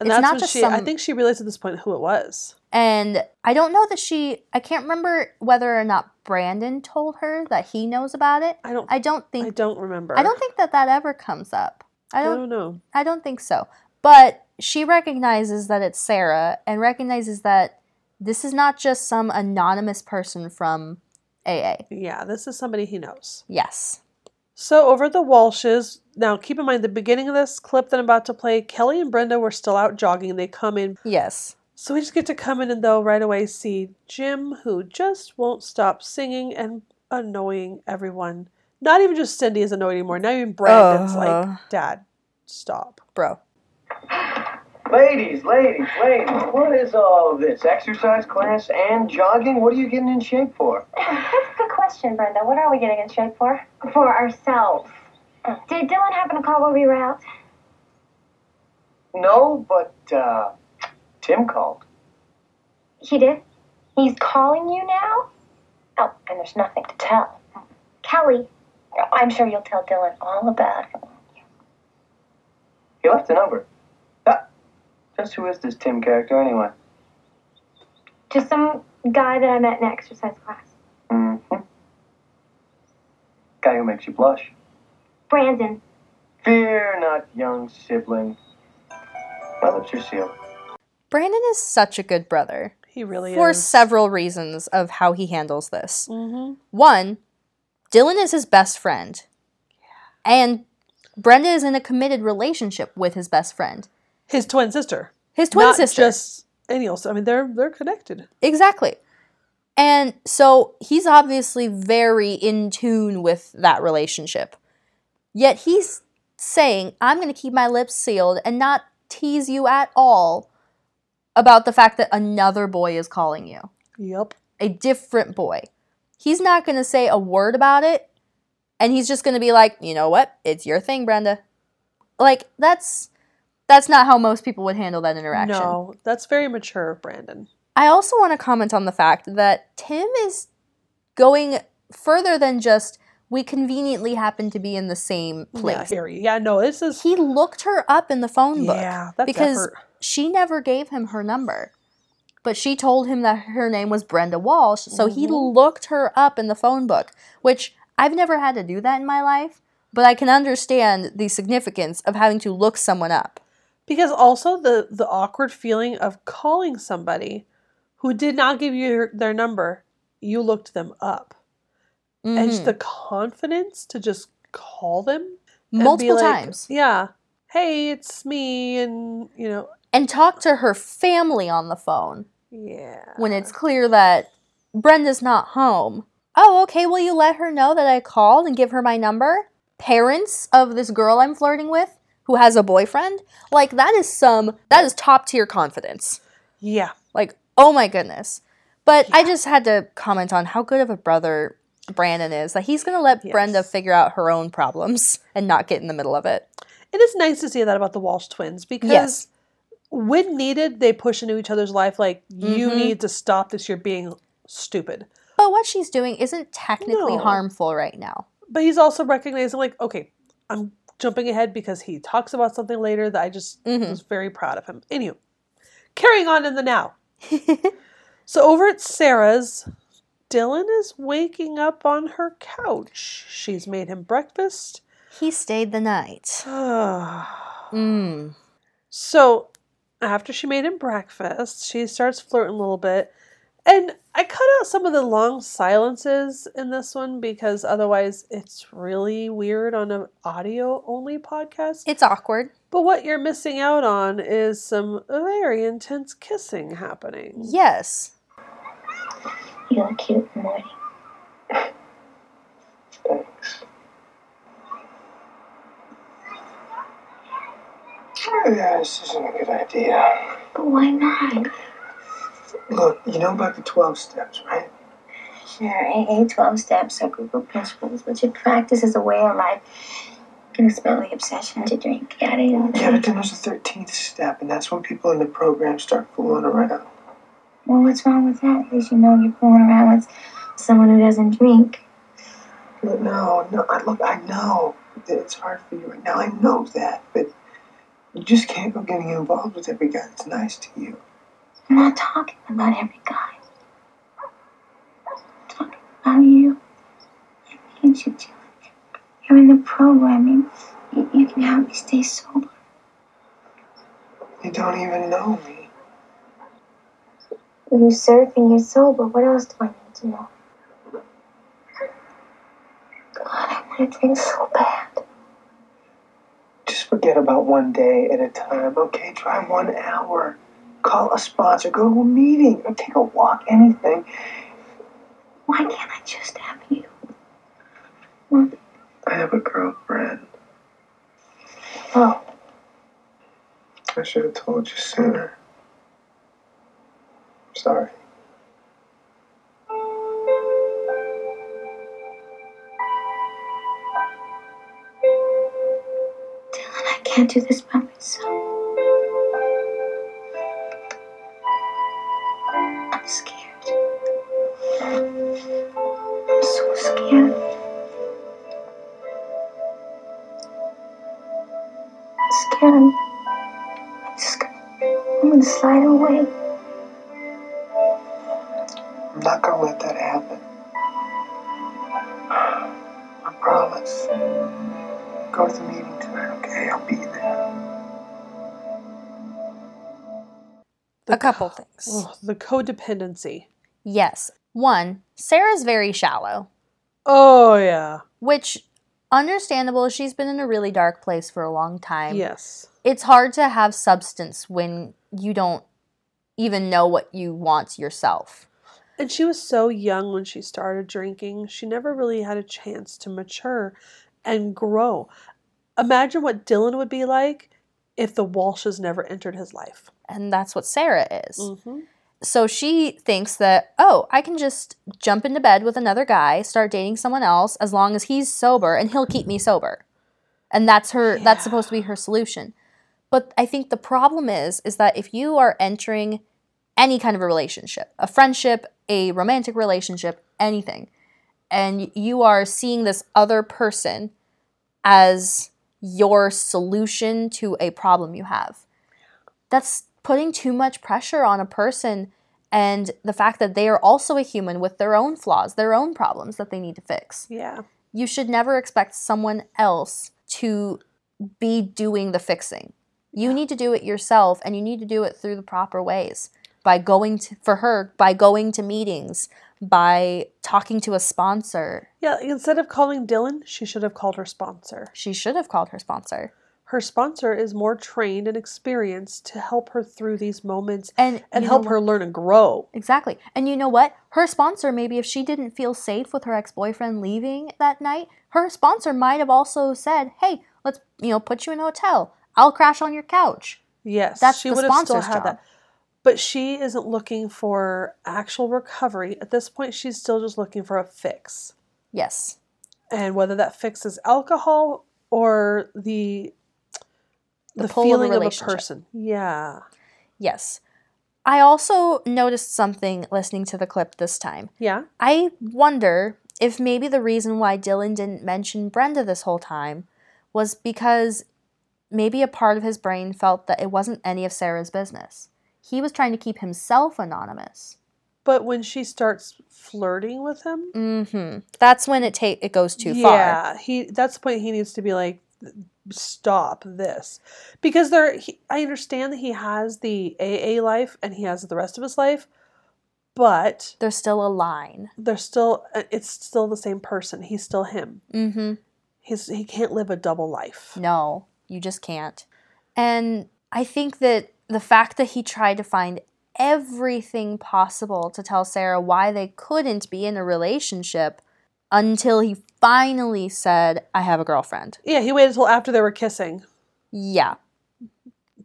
And It's that's not when just she, I some- think she realized at this point who it was. And I don't know that she, I can't remember whether or not Brandon told her that he knows about it. I don't, I don't I think, don't remember. I don't think that that ever comes up. I I don't don't know. I don't think so. But she recognizes that it's Sarah and recognizes that this is not just some anonymous person from AA. Yeah, this is somebody he knows. Yes. So over the Walshes, now keep in mind the beginning of this clip that I'm about to play, Kelly and Brenda were still out jogging. They come in. Yes. So we just get to come in and though right away see Jim who just won't stop singing and annoying everyone. Not even just Cindy is annoyed anymore. Now even Brandon's Uh-huh. like, Dad, stop. Bro. Ladies, ladies, ladies, what is all this? Exercise class and jogging? What are you getting in shape for? That's a good question, Brenda. What are we getting in shape for? For ourselves. Did Dylan happen to call while we were out? No, but uh, Tim called. He did? He's calling you now? Oh, and there's nothing to tell. Kelly, I'm sure you'll tell Dylan all about it. He left a number. Ah, just who is this Tim character anyway? Just some guy that I met in exercise class. hmm Guy who makes you blush. Brandon. Fear not, young sibling. My lips are sealed. Brandon is such a good brother He really for is. several reasons of how he handles this. Mm-hmm. One, Dylan is his best friend. And Brenda is in a committed relationship with his best friend. His twin sister. His twin Not sister. just any old I mean they're they're connected. Exactly. And so he's obviously very in tune with that relationship. Yet he's saying, I'm going to keep my lips sealed and not tease you at all about the fact that another boy is calling you, Yep. a different boy. He's not going to say a word about it. And he's just going to be like, you know what? It's your thing, Brenda. Like, that's. That's not how most people would handle that interaction. No, that's very mature of Brandon. I also want to comment on the fact that Tim is going further than just we conveniently happen to be in the same Yeah, place. Harry. Yeah, no, this is He looked her up in the phone book Yeah, that's because effort. she never gave him her number. But she told him that her name was Brenda Walsh, so he Mhm. looked her up in the phone book, which I've never had to do that in my life, but I can understand the significance of having to look someone up. Because also the the awkward feeling of calling somebody who did not give you your, their number, you looked them up, and just Mhm. the confidence to just call them and be multiple like, times. Yeah, hey, it's me, and you know, and talk to her family on the phone yeah, when it's clear that Brenda's not home. Oh, okay, will you let her know that I called and give her my number? Parents of this girl I'm flirting with who has a boyfriend? Like, that is some, that is top tier confidence. yeah, Like, oh my goodness. But I just had to comment on how good of a brother Brandon is that he's gonna let Yes. Brenda figure out her own problems and not get in the middle of it. it is nice to see that about the Walsh twins because. Yes. When needed, they push into each other's life like you Mhm. need to stop this. You're being stupid. But what she's doing isn't technically No. harmful right now. but he's also recognizing like okay i'm jumping ahead because he talks about something later that i just Mhm. was very proud of him anywho carrying on in the now so over at sarah's dylan is waking up on her couch she's made him breakfast He stayed the night. Mm. so after she made him breakfast she starts flirting a little bit and i cut out some of the long silences in this one because otherwise it's really weird on an audio only podcast It's awkward. But what you're missing out on is some very intense kissing happening. Yes. You look cute in the morning. Thanks. Yeah, this isn't a good idea. But why not? Look, you know about the 12 steps, right? Sure, AA 12 steps are Google principles, which you practice as a way of life. You can expel the obsession to drink, yada yada. Yeah, but then there's the 13th step, and that's when people in the program start fooling around. Well, what's wrong with that? At least you know you're fooling around with someone who doesn't drink. Look, No, no, I- look, I know that it's hard for you right now. I know that, but you just can't go getting involved with every guy that's nice to you. I'm not talking about every guy. I'm talking about you. I need you, Dylan. You're in the programming. You, you can help me stay sober. You don't even know me. You surf and you're sober. What else do I need to know? God, I want to drink so bad. Just forget about one day at a time, okay? Try one hour. Call a sponsor, go to a meeting, or take a walk, anything. Why can't I just have you? I have a girlfriend. Oh, I should have told you sooner. Sorry. Dylan, I can't do this by myself. I'm scared. I'm so scared. I'm scared. I'm, I'm just gonna, I'm gonna slide away. I'm not gonna let that happen. I promise. Go to the meeting tonight, okay? I'll be there. The a couple co- things. Ugh, the codependency. Yes. One, Sarah's very shallow, Oh yeah. which understandable. She's been in a really dark place for a long time. Yes. It's hard to have substance when you don't even know what you want yourself. And she was so young when she started drinking. She never really had a chance to mature and grow. Imagine what Dylan would be like if the Walshes never entered his life. And that's what Sarah is. Mm-hmm. So she thinks that, oh, I can just jump into bed with another guy, start dating someone else as long as he's sober and he'll keep me sober. And that's her Yeah. that's supposed to be her solution. But I think the problem is is that if you are entering any kind of a relationship, a friendship, a romantic relationship, anything, and you are seeing this other person as your solution to a problem you have. That's putting too much pressure on a person and the fact that they are also a human with their own flaws, their own problems that they need to fix. Yeah. You should never expect someone else to be doing the fixing. You need to do it yourself and you need to do it through the proper ways by going to, for her, by going to meetings, by talking to a sponsor. Yeah. Instead of calling Dylan, she should have called her sponsor. She should have called her sponsor. Her sponsor is more trained and experienced to help her through these moments And, and you know help what? her learn and grow. Exactly. And you know what? Her sponsor, maybe if she didn't feel safe with her ex boyfriend leaving that night, her sponsor might have also said, hey, let's, you know, put you in a hotel. I'll crash on your couch. Yes. That's she the would have still sponsor's had job. that. But she isn't looking for actual recovery. At this point, she's still just looking for a fix. Yes. and whether that fixes alcohol or the The the, pull of a feeling of a, relationship. person. Yeah. Yes. I also noticed something listening to the clip this time. Yeah. I wonder if maybe the reason why Dylan didn't mention Brenda this whole time was because maybe a part of his brain felt that it wasn't any of Sarah's business. He was trying to keep himself anonymous. But when she starts flirting with him, Mhm. That's when it take it goes too far. yeah, he that's the point he needs to be like stop this. Because there he, I understand that he has the AA life and he has the rest of his life, but There's still a line. there's still uh, it's still the same person. He's still him. Mhm. He's he can't live a double life. No, you just can't. And I think that the fact that he tried to find everything possible to tell Sarah why they couldn't be in a relationship until he finally said, "I have a girlfriend." Yeah, he waited until after they were kissing. Yeah.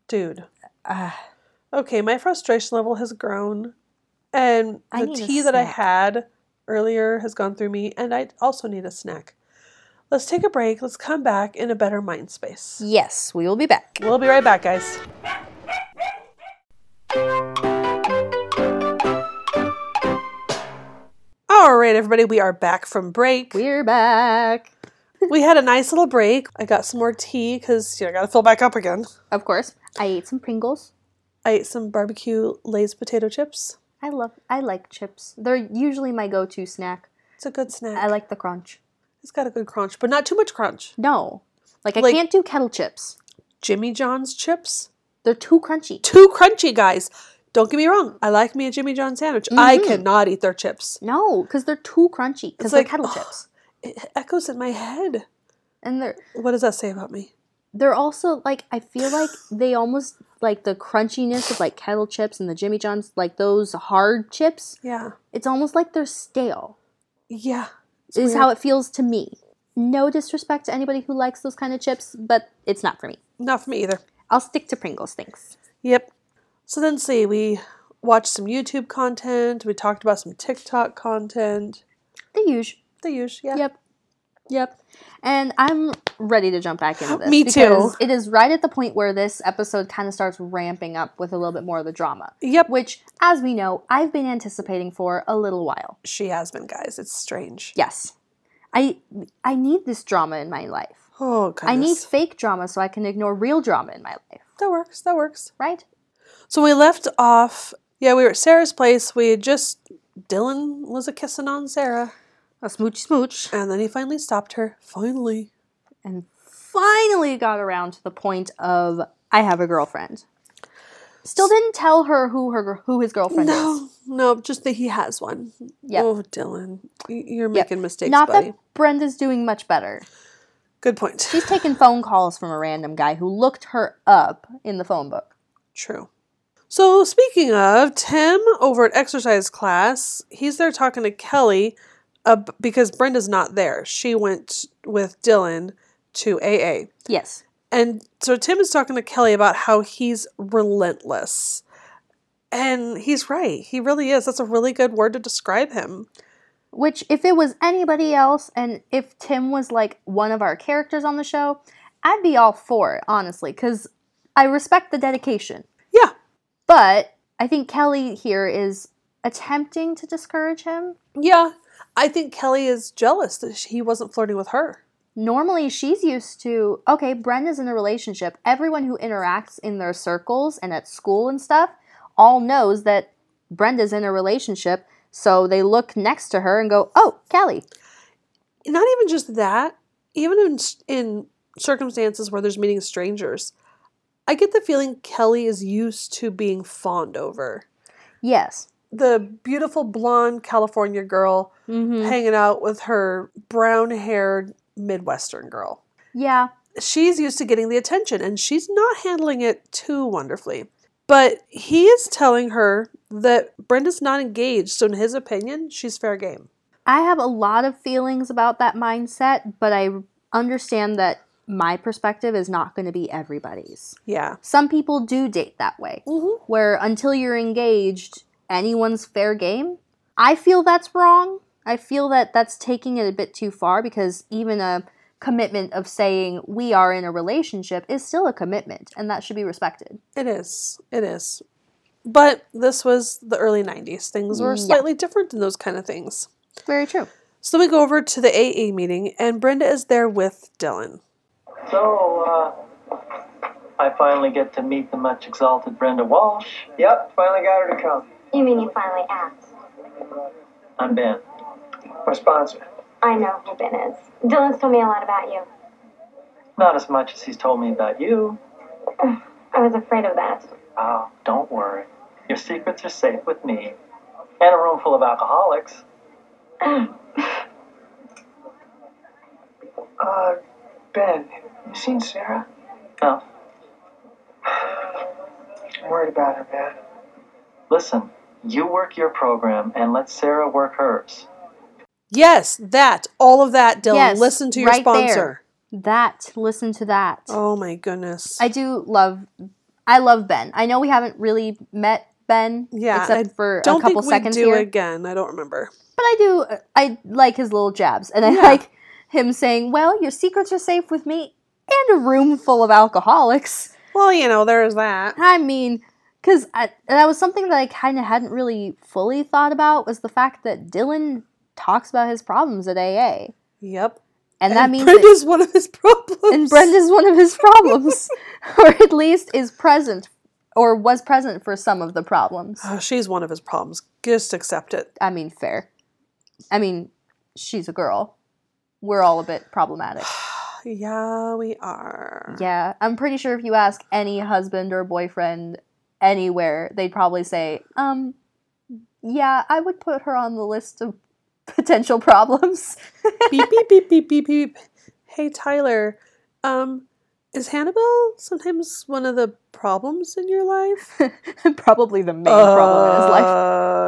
Dude. Ah. okay, my frustration level has grown, and I the need a tea that I snack. had earlier has gone through me, and I also need a snack. Let's take a break. Let's come back in a better mind space. yes, we will be back. We'll be right back, guys. Alrighty, right, everybody, we are back from break. We're back. We had a nice little break. I got some more tea because you know, I got to fill back up again. Of course, I ate some Pringles. I ate some barbecue Lay's potato chips. I love. I like chips. They're usually my go-to snack. It's a good snack. I like the crunch. It's got a good crunch, but not too much crunch. No, like I Like- can't do kettle chips. Jimmy John's chips, They're too crunchy. too crunchy, guys. Don't get me wrong. I like me a Jimmy John sandwich. I Mm-hmm. cannot eat their chips. No, because they're too crunchy. Because It's they're like, kettle ugh. chips, It echoes in my head. and they're What does that say about me? they're also like I feel like they almost like the crunchiness of like kettle chips and the Jimmy John's like those hard chips. Yeah. It's almost like they're stale. Yeah. It's is weird. how it feels to me. No disrespect to anybody who likes those kind of chips, but it's not for me. Not for me either. I'll stick to Pringles, thanks. Yep. So then, see, we watched some YouTube content. We talked about some TikTok content. The usual. The usual, yeah. Yep. Yep. And I'm ready to jump back into this. Me because too. It is right at the point where this episode kind of starts ramping up with a little bit more of the drama, Yep. which, as we know, I've been anticipating for a little while. She has been, guys. It's strange. Yes. I I need this drama in my life. Oh goodness. I need fake drama so I can ignore real drama in my life, that works. That works. right? So we left off. Yeah, we were at Sarah's place. We had just Dylan was a kissing on Sarah, A smooch smooch. and then he finally stopped her. Finally. and finally got around to the point of I have a girlfriend. Still didn't tell her who her who his girlfriend No, no, just that he has one. Yep. Oh, Dylan, y- you're Yep. making is. mistakes, Not buddy. that Brenda's doing much better. Good point. She's taking phone calls from a random guy who looked her up in the phone book. True. So, speaking of Tim over at exercise class, he's there talking to Kelly uh, because Brenda's not there. She went with Dylan to AA. Yes. And so Tim is talking to Kelly about how he's relentless. And he's right. He really is. That's a really good word to describe him. Which if it was anybody else and if Tim was like one of our characters on the show, I'd be all for it, honestly, cuz I respect the dedication. Yeah. But I think Kelly here is attempting to discourage him Yeah. I think Kelly is jealous that he wasn't flirting with her. normally she's used to okay brenda's in a relationship everyone who interacts in their circles and at school and stuff all knows that brenda's in a relationship so they look next to her and go oh kelly Not even just that, even in, in circumstances where there's meeting strangers, I get the feeling Kelly is used to being fawned over. yes The beautiful blonde California girl mm-hmm. hanging out with her brown haired Midwestern girl. yeah she's used to getting the attention and she's not handling it too wonderfully. But he is telling her that Brenda's not engaged, so in his opinion, she's fair game. i have a lot of feelings about that mindset but i understand that my perspective is not going to be everybody's Yeah. some people do date that way Mm-hmm. where until you're engaged, anyone's fair game. I feel that's wrong. I feel that that's taking it a bit too far because even a commitment of saying we are in a relationship is still a commitment and that should be respected. It is. It is. But this was the early 90s. Things were Yeah. slightly different in those kind of things. Very true. So we go over to the AA meeting, and Brenda is there with Dylan. So, uh, I finally get to meet the much exalted Brenda Walsh. Yep, finally got her to come. You mean you finally asked? I'm Ben. My sponsor. I know who Ben is. Dylan's told me a lot about you. Not as much as he's told me about you. I was afraid of that. Oh, don't worry. Your secrets are safe with me. And a room full of alcoholics. Uh, Ben, have you seen Sarah? Now, I'm worried about her, man. listen, you work your program and let Sarah work hers. Yes, that, all of that, Dylan. Yes, Listen to your right there. sponsor. That, listen to that. Oh my goodness. I do love I love Ben. I know we haven't really met Ben yeah, except I for don't a couple think seconds we do here. again. I don't remember. But I do. I like his little jabs, and I Yeah. like him saying, "Well, your secrets are safe with me," and a room full of alcoholics. Well, you know, there is that. I mean, because that was something that I kind of hadn't really fully thought about was the fact that Dylan talks about his problems at AA. Yep. And, that means that- Brenda's one of his problems. and Brenda's one of his problems, or at least is present or was present for some of the problems. Oh, she's one of his problems. Just accept it. I mean, fair. I mean, she's a girl. We're all a bit problematic. Yeah, we are. Yeah, I'm pretty sure if you ask any husband or boyfriend anywhere, they'd probably say, um, yeah, I would put her on the list of potential problems. beep beep beep beep beep beep. Hey Tyler, um, is Hannibal sometimes one of the problems in your life? probably the main problem in his life.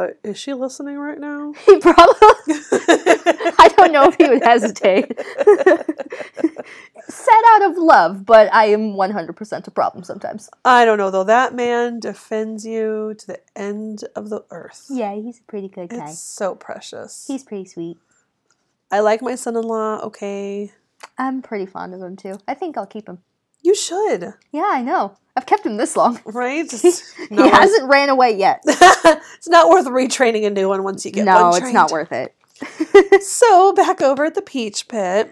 his life. Is she listening right now? He probably, I don't know if he would hesitate. Said out of love, but I am 100% a problem sometimes. I don't know though. That man defends you to the end of the earth. Yeah, he's a pretty good It's so precious. pretty sweet. I like my son-in-law. Okay, I'm pretty fond of him too. I think I'll keep him. you should. Yeah, I know. I've kept him this long. Right? It's he not worth- hasn't ran away yet. it's not worth retraining a new one once you get no, one it's trained. not worth it. So back over at the peach pit,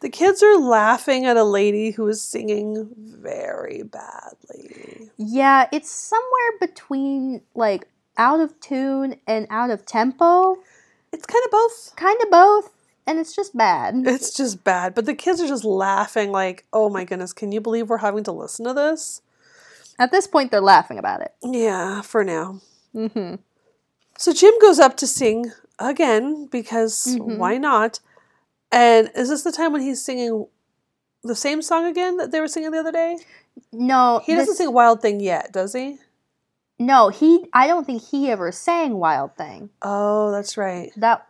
the kids are laughing at a lady who is singing very badly. Yeah, it's somewhere between like out of tune and out of tempo, It's kind of both. kind of both, and it's just bad. It's just bad, but the kids are just laughing like, "Oh my goodness, can you believe we're having to listen to this?" At this point, they're laughing about it. Yeah, for now. hmm So Jim goes up to sing again because Mhm. why not? And is this the time when he's singing the same song again that they were singing the other day? No, He doesn't this- sing Wild Thing yet, does he? No, he. I don't think he ever sang "Wild Thing." Oh, that's right. That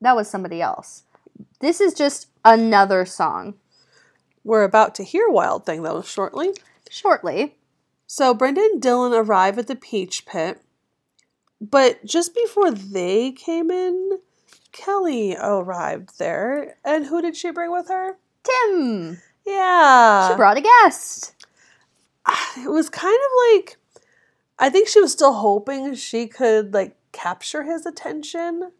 that was somebody else. This is just another song. We're about to hear Wild Thing though shortly. Shortly, So Brenda and Dylan arrive at the peach pit, but just before they came in, Kelly arrived there. And who did she bring with her? Tim. Yeah. she brought a guest. it was kind of like I think she was still hoping she could like capture his attention.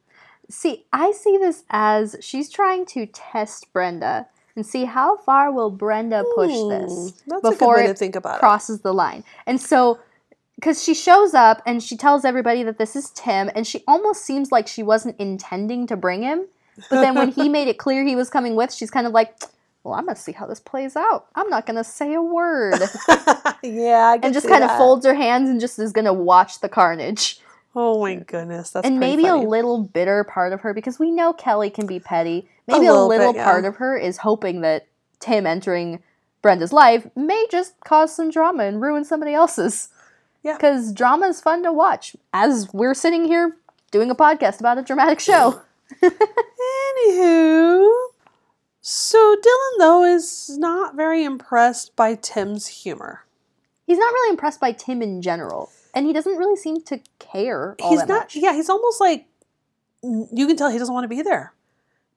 See, I see this as she's trying to test Brenda and see how far will Brenda push this Hmm, That's before a good way it to think about crosses the line. And so cuz she shows up and she tells everybody that this is Tim and she almost seems like she wasn't intending to bring him, but then when he made it clear he was coming with, she's kind of like, "Well, I'm going to see how this plays out. I'm not going to say a word." it. yeah, I can and just see kind of that. folds her hands and just is going to watch the carnage. Oh my goodness, that's and pretty maybe funny. a little bitter part of her because we know Kelly can be petty. Maybe a little little, bit, yeah. part of her is hoping that Tim entering Brenda's life may just cause some drama and ruin somebody else's. Yeah. Because drama is fun to watch as we're sitting here doing a podcast about a dramatic show. Anywho, so Dylan though is not very impressed by Tim's humor. He's not really impressed by Tim in general, and he doesn't really seem to care. All he's that not. much. Yeah, he's almost like you can tell he doesn't want to be there.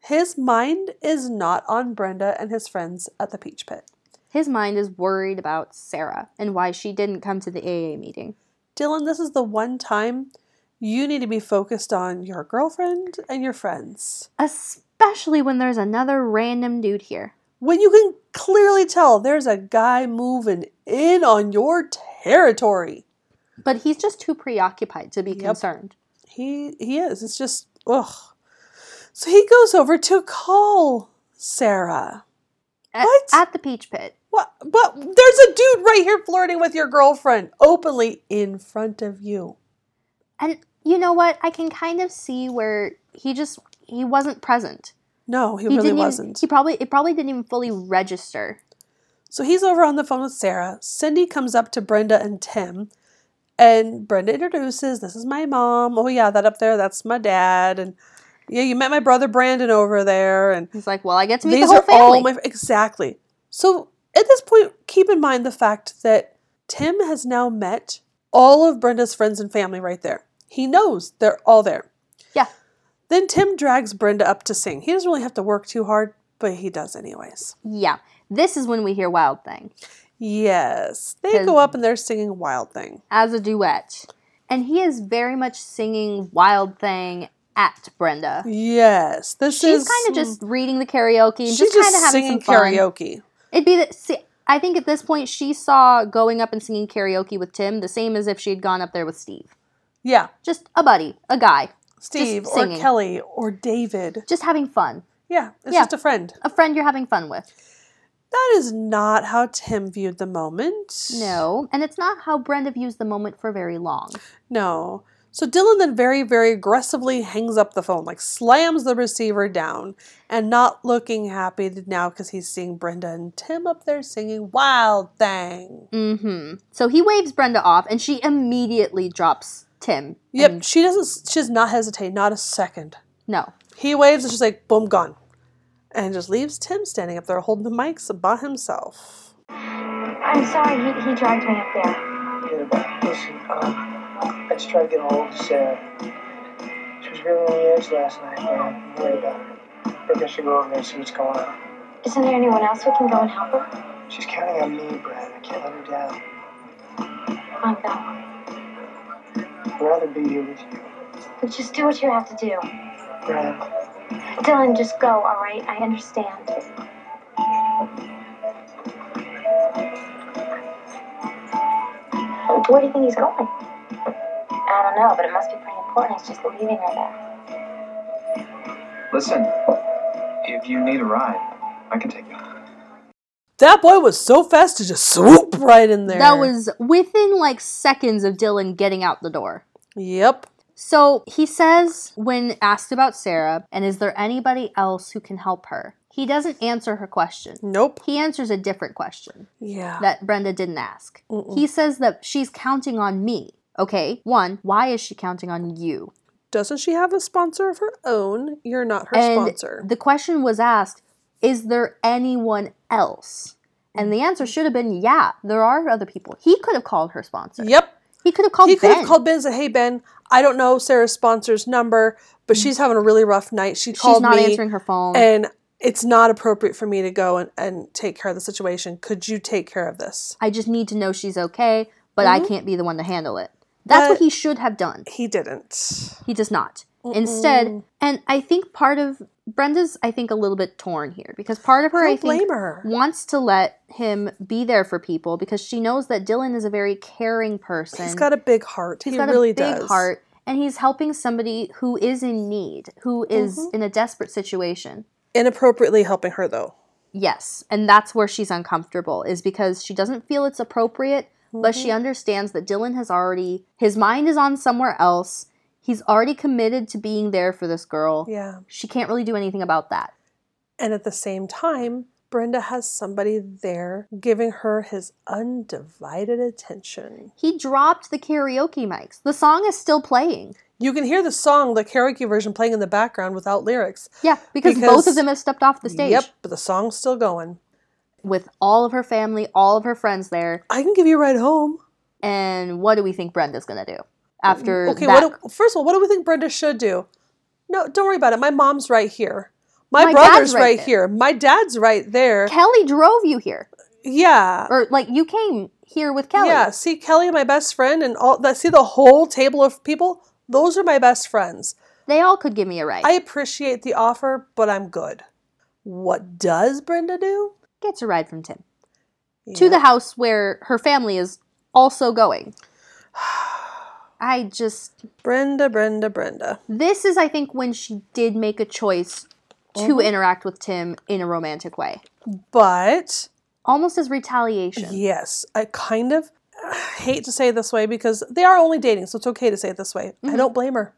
His mind is not on Brenda and his friends at the Peach Pit. His mind is worried about Sarah and why she didn't come to the AA meeting. Dylan, this is the one time you need to be focused on your girlfriend and your friends. Especially when there's another random dude here. When you can clearly tell there's a guy moving in on your territory. But he's just too preoccupied to be Yep. concerned. He he is. It's just ugh. So he goes over to call Sarah. At- What? At, the peach pit. What but there's a dude right here flirting with your girlfriend openly in front of you. And you know what? I can kind of see where he just he wasn't present. No, he, He, really didn't even- wasn't. he probably it probably didn't even fully register. So he's over on the phone with Sarah. Cindy comes up to Brenda and Tim, and Brenda introduces, This is my mom. Oh, yeah, that up there, that's my dad. And yeah, you met my brother Brandon over there. And He's like, well, I get to meet these the whole are all family. my. Exactly. So at this point, keep in mind the fact that Tim has now met all of Brenda's friends and family right there. He knows they're all there. Yeah. Then Tim drags Brenda up to sing. He doesn't really have to work too hard, but he does, anyways. yeah, this is when we hear Wild Thing Yes. They go Cause- up and they're singing Wild Thing. as a duet, and he is very much singing Wild Thing at Brenda. Yes, this She's is kind of just reading the karaoke and she's just, just, kind of having some singing fun. karaoke. It'd be the, see, I think at this point she saw going up and singing karaoke with Tim the same as if she had gone up there with Steve. Yeah, Just a buddy, a guy, Steve or singing. Kelly or David. just having fun, Yeah, it's Yeah. just a friend. a friend you're having fun with. That is not how Tim viewed the moment. No, and it's not how Brenda views the moment for very long. No. So Dylan then very, very aggressively hangs up the phone, like slams the receiver down, and not looking happy now because he's seeing Brenda and Tim up there singing Wild Thing. Mm-hmm. So he waves Brenda off, and she immediately drops Tim. Yep, and- she doesn't, she does not hesitate, not a second. no. He waves and she's like, boom, gone. And just leaves Tim standing up there holding the mics by himself. I'm sorry he, he dragged me up there. Forget about it. Listen, um, I just tried to get a hold of Sarah. She was really on the edge last night, man. I'm worried about her. I think I should go over there and see what's going on. Isn't there anyone else who can go and help her? She's counting on me, Brad. I can't let her down. Come on, go. I'd rather be here with you, But just do what you have to do. Brad. Dylan, just go, all right? I understand. Where do you think he's going? I don't know, but it must be pretty important. He's just leaving her there. Listen, if you need a ride, I can take you. That boy was so fast to just swoop right in there. That was within like seconds of Dylan getting out the door. Yep. So he says, when asked about Sarah, and is there anybody else who can help her? He doesn't answer her question. Nope. He answers a different question Yeah. that Brenda didn't ask. Ah. Mm-mm. He says that she's counting on me. Okay, one, why is she counting on you? Doesn't she have a sponsor of her own? You're not her and sponsor. the question was asked, is there anyone else? And the Mm-hmm. answer should have been, yeah, there are other people. He could have called her sponsor. Yep. He could have called he could Oh, Ben. have called Ben and said, "Hey Ben, I don't know Sarah's sponsor's number, but she's having a really rough night. She She's called not me, answering her phone. and it's not appropriate for me to go and, and take care of the situation. Could you take care of this?" I just need to know she's okay, but I can't be the one to handle it. That's Mm-hmm. But- what he should have done. He didn't. He does not. Instead, and I think part of Brenda's, I think, a little bit torn here because part of her, I I, don't think, blame her. wants to let him be there for people because she knows that Dylan is a very caring person. He's got a big heart. He's he got really a big does. heart, and he's helping somebody who is in need, who is Mm-hmm. in a desperate situation. Inappropriately helping her though. Yes, and that's where she's uncomfortable is because she doesn't feel it's appropriate, but Mm-hmm. she understands that Dylan has already his mind is on somewhere else. He's already committed to being there for this girl. Yeah. She can't really do anything about that. And at the same time, Brenda has somebody there giving her his undivided attention. He dropped the karaoke mics. The song is still playing. You can hear the song, the karaoke version, playing in the background without lyrics. Yeah, because, both Because- of them have stepped off the stage Yep, but the song's still going. with all of her family, all of her friends there. I can give you a ride home. And what do we think Brenda's going to do after Mm, Okay, that? what do, first of all, what do we think Brenda should do? No, don't worry about it. My mom's right here. My, My dad's brother's right right, there. here. My dad's right there. Kelly drove you here. yeah. Or like you came here with Kelly. Yeah, see Kelly, my best friend, and all that see the whole table of people? Those are my best friends. They all could give me a ride. I appreciate the offer, but I'm good. What does Brenda do? gets a ride from Tim to the Yeah. house where her family is also going. I just Brenda, Brenda, Brenda. this is I think when she did make a choice to interact with Tim in a romantic way. But Almost as retaliation. Yes, I kind of hate to say it this way because they are only dating, so it's okay to say it this way. Mm-hmm. I don't blame her.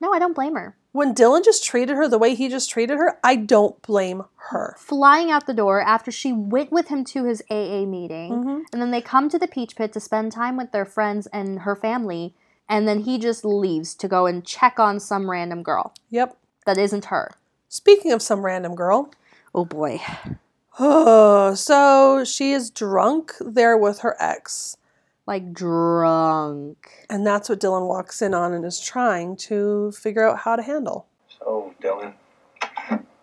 No, I don't blame her. When Dylan just treated her the way he just treated her, I don't blame her. Flying out the door after she went with him to his AA meeting, and then they come to the Peach Pit to spend time with their friends and her family, and then he just leaves to go and check on some random girl Yep. that isn't her. Speaking of some random girl, Oh boy. oh, so she is drunk there with her ex, Like drunk. and that's what Dylan walks in on and is trying to figure out how to handle. So, Oh, Dylan,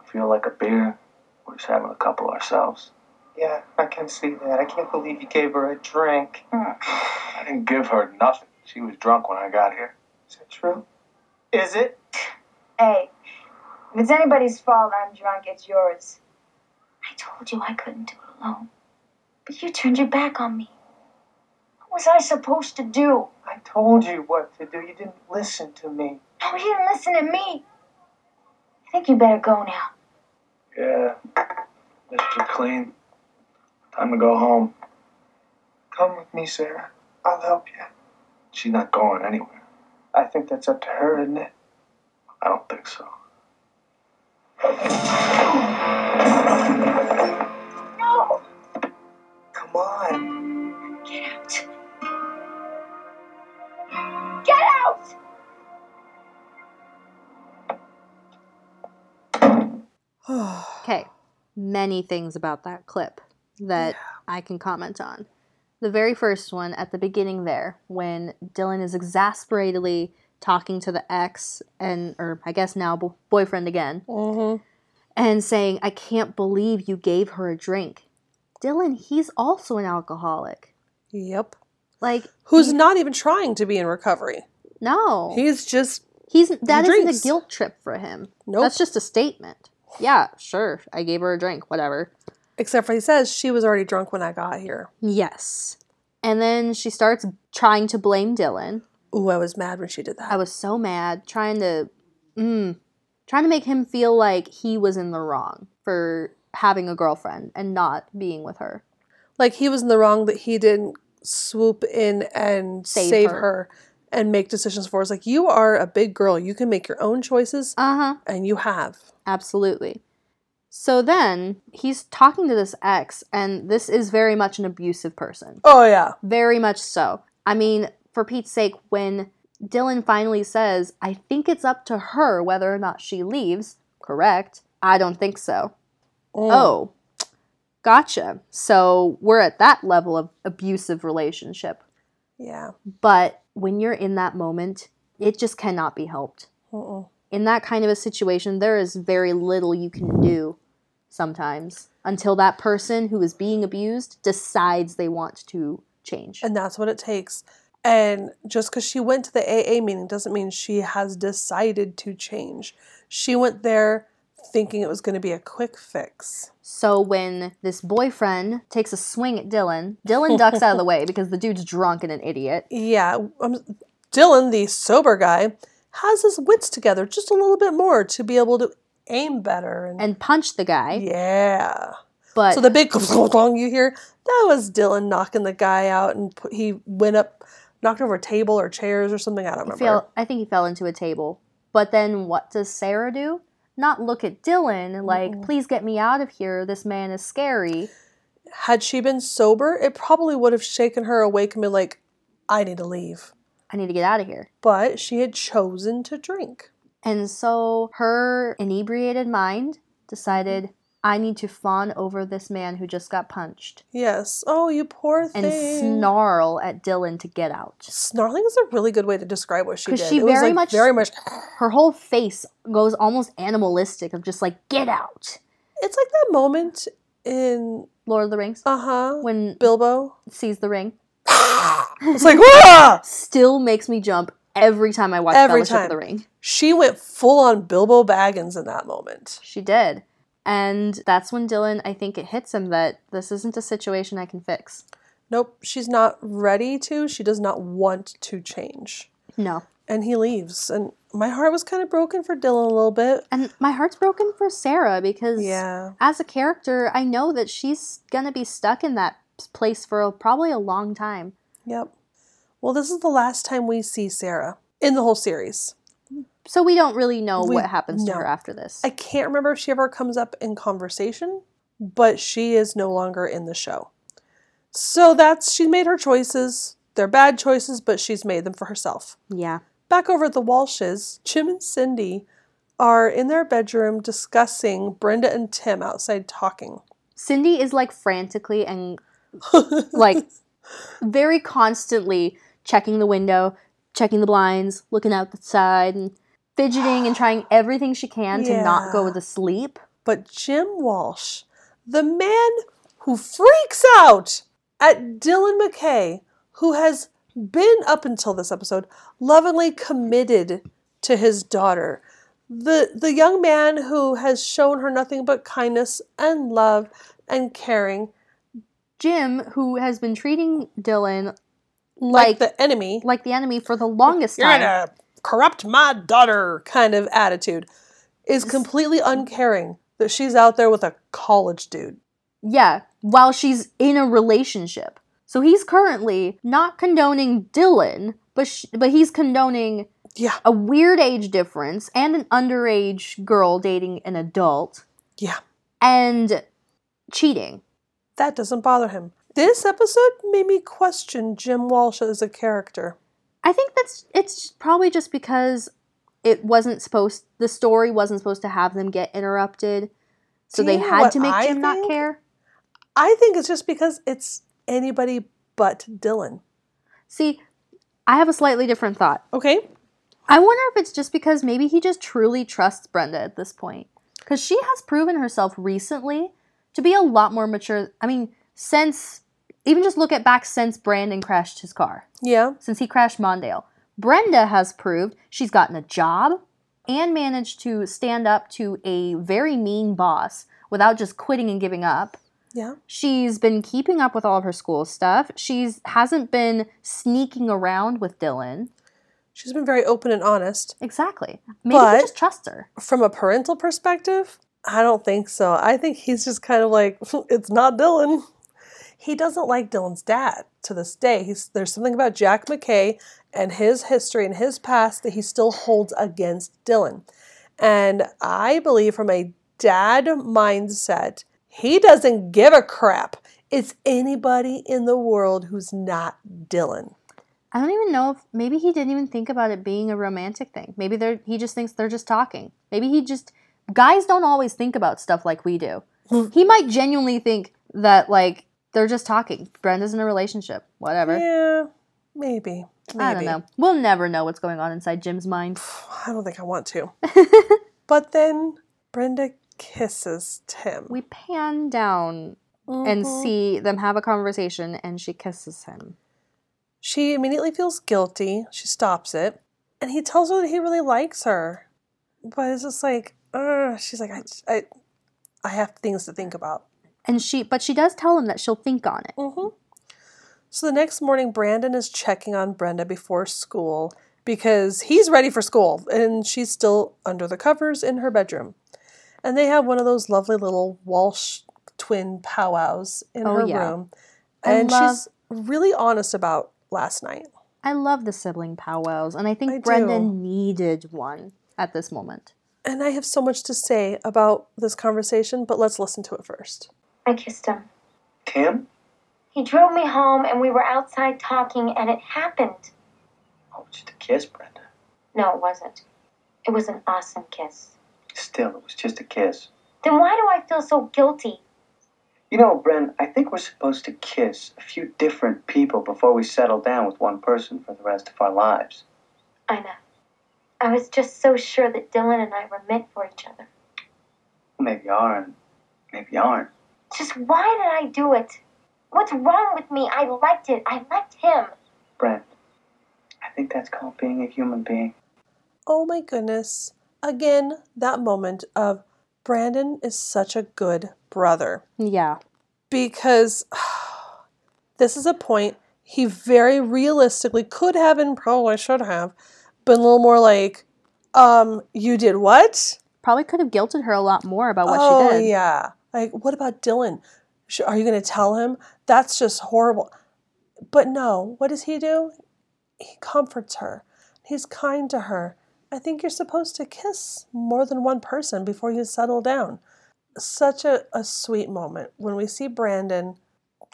feel like a beer? We're just having a couple ourselves. Yeah, I can see that. I can't believe you gave her a drink. I didn't give her nothing. She was drunk when I got here. Is that true? Is it? Hey, if it's anybody's fault I'm drunk, it's yours. I told you I couldn't do it alone. But you turned your back on me. What was I supposed to do? I told you what to do. You didn't listen to me. No, you didn't listen to me. I think you better go now. Yeah. Mr. Clean. Time to go home. Come with me, Sarah. I'll help you. She's not going anywhere. I think that's up to her, isn't it? I don't think so. No! Come on. Get out! Get out! Okay, many things about that clip that I can comment on. The very first one at the beginning there, when Dylan is exasperatedly talking to the ex and, or I guess now bo- boyfriend again, Mm-hmm. and saying, I can't believe you gave her a drink. Dylan, he's also an alcoholic. Yep. Like, Who's he- not even trying to be in recovery. No. He's just He's that isn't drinks. a guilt trip for him. Nope. That's just a statement. Yeah, sure. I gave her a drink, whatever. except for he says she was already drunk when I got here. Yes. And then she starts trying to blame Dylan. Ooh, I was mad when she did that. I was so mad trying to mm, trying to make him feel like he was in the wrong for having a girlfriend and not being with her. like he was in the wrong that he didn't swoop in and Save save, her. her. and make decisions for us. Like you are a big girl. You can make your own choices Uh-huh. and you have. Absolutely. So then he's talking to this ex and this is very much an abusive person. Oh yeah. Very much so. I mean, for Pete's sake, when Dylan finally says, I think it's up to her whether or not she leaves, correct? I don't think so. Mm. Oh, gotcha. So we're at that level of abusive relationship. Yeah. But when you're in that moment, it just cannot be helped. Mm-mm. In that kind of a situation, there is very little you can do sometimes until that person who is being abused decides they want to change. And that's what it takes. And just because she went to the AA meeting doesn't mean she has decided to change. She went there thinking it was going to be a quick fix. So when this boyfriend takes a swing at Dylan, Dylan ducks out of the way because the dude's drunk and an idiot. Yeah. Um, Dylan, the sober guy, has his wits together just a little bit more to be able to aim better and And punched the guy, Yeah. but So the big clong you hear, that was Dylan knocking the guy out, and put, he went up, knocked over a table or chairs or something. I don't he remember. fell, I think he fell into a table. But then what does Sarah do? Not look at Dylan like, please get me out of here. This man is scary. Had she been sober, it probably would have shaken her awake and been like, "I need to leave." I need to get out of here. But she had chosen to drink. And so her inebriated mind decided, I need to fawn over this man who just got punched Yes. Oh, you poor thing. and snarl at Dylan to get out. Snarling is a really good way to describe what she 'Cause did. she it was very like much- very much. her whole face goes almost animalistic of just like get out It's like that moment in lord of the rings uh huh when bill Bilbo. sees the ring It's like Wah! still makes me jump every time i watch Every fellowship of time. the ring she went full on Bilbo Baggins in that moment. she did and that's when dylan i think it hits him that this isn't a situation i can fix Nope, she's not ready to. She does not want to change. no And he leaves. And my heart was kind of broken for Dylan a little bit. and my heart's broken for sarah because Yeah. as a character i know that she's gonna be stuck in that place for a, probably a long time Yep. Well, this is the last time we see Sarah in the whole series. so we don't really know We- what happens to no. her after this I can't remember if she ever comes up in conversation, but she is no longer in the show. So that's, she's made her choices. They're bad choices, but she's made them for herself. yeah Back over at the Walshes, Jim and Cindy are in their bedroom discussing Brenda and Tim outside talking. Cindy is like frantically and like very constantly checking the window, checking the blinds, looking out the side, and fidgeting and trying everything she can to not go Yeah. to sleep. But Jim Walsh, the man who freaks out at Dylan McKay, who has been up until this episode lovingly committed to his daughter, the the young man who has shown her nothing but kindness and love and caring, Jim, who has been treating Dylan like, Like- the enemy, like the enemy for the longest you're time. gonna corrupt my daughter kind of attitude, is This- completely uncaring that she's out there with a college dude. Yeah, while she's in a relationship. So he's currently not condoning Dylan, but sh- but he's condoning Yeah, a weird age difference and an underage girl dating an adult yeah. and cheating. That doesn't bother him. This episode made me question Jim Walsh as a character. I think that's it's probably just because it wasn't supposed the story wasn't supposed to have them get interrupted. So Do they you know had what to make I Jim not think? care. I think it's just because it's anybody but Dylan. See, I have a slightly different thought. Okay. I wonder if it's just because maybe he just truly trusts Brenda at this point. Because she has proven herself recently to be a lot more mature. I mean, since, even just look at back since Brandon crashed his car, Yeah. since he crashed Mondale. Brenda has proved she's gotten a job and managed to stand up to a very mean boss without just quitting and giving up. Yeah. She's been keeping up with all of her school stuff. She's hasn't been sneaking around with Dylan. She's been very open and honest. Exactly. Maybe But- he just trusts her. From a parental perspective, I don't think so. I think he's just kind of like, it's not Dylan. He doesn't like Dylan's dad to this day. He's, there's something about Jack McKay and his history and his past that he still holds against Dylan. And I believe from a dad mindset, he doesn't give a crap. It's anybody in the world who's not Dylan. I don't even know if maybe he didn't even think about it being a romantic thing. Maybe they're he just thinks they're just talking. Maybe he just guys don't always think about stuff like we do. he might genuinely think that like they're just talking. Brenda's in a relationship. Whatever. Yeah, maybe. maybe. I don't know. We'll never know what's going on inside Jim's mind. I don't think I want to. but then Brenda kisses Tim. We pan down and Mhm. see them have a conversation and she kisses him. She immediately feels guilty. She stops it. And he tells her that he really likes her. But it's just like, ugh. She's like, I, I, I have things to think about. And she but she does tell him that she'll think on it. Mm-hmm. So the next morning, Brandon is checking on Brenda before school because he's ready for school and she's still under the covers in her bedroom. And they have one of those lovely little Walsh twin powwows in Oh, her yeah. room. I And love- she's really honest about last night. I love the sibling powwows, and I think I do. Brendan needed one at this moment. And I have so much to say about this conversation, but let's listen to it first. I kissed him. Tim? He drove me home and we were outside talking and it happened. Oh, just a kiss, Brenda. No, it wasn't. It was an awesome kiss. Still, it was just a kiss. Then why do I feel so guilty? You know, Bren, I think we're supposed to kiss a few different people before we settle down with one person for the rest of our lives. I know. I was just so sure that Dylan and I were meant for each other. Maybe you are and maybe you aren't. Just why did I do it? What's wrong with me? I liked it. I liked him. Bren, I think that's called being a human being. Oh my goodness. Again, that moment of Brandon is such a good brother. Yeah. because this is a point he very realistically could have and probably should have been a little more like, um, you did what? Probably could have guilted her a lot more about what oh, she did. yeah. Like, what about Dylan? Sh- Are you going to tell him? That's just horrible. But no, what does he do? He comforts her, he's kind to her. I think you're supposed to kiss more than one person before you settle down. Such a, a sweet moment when we see Brandon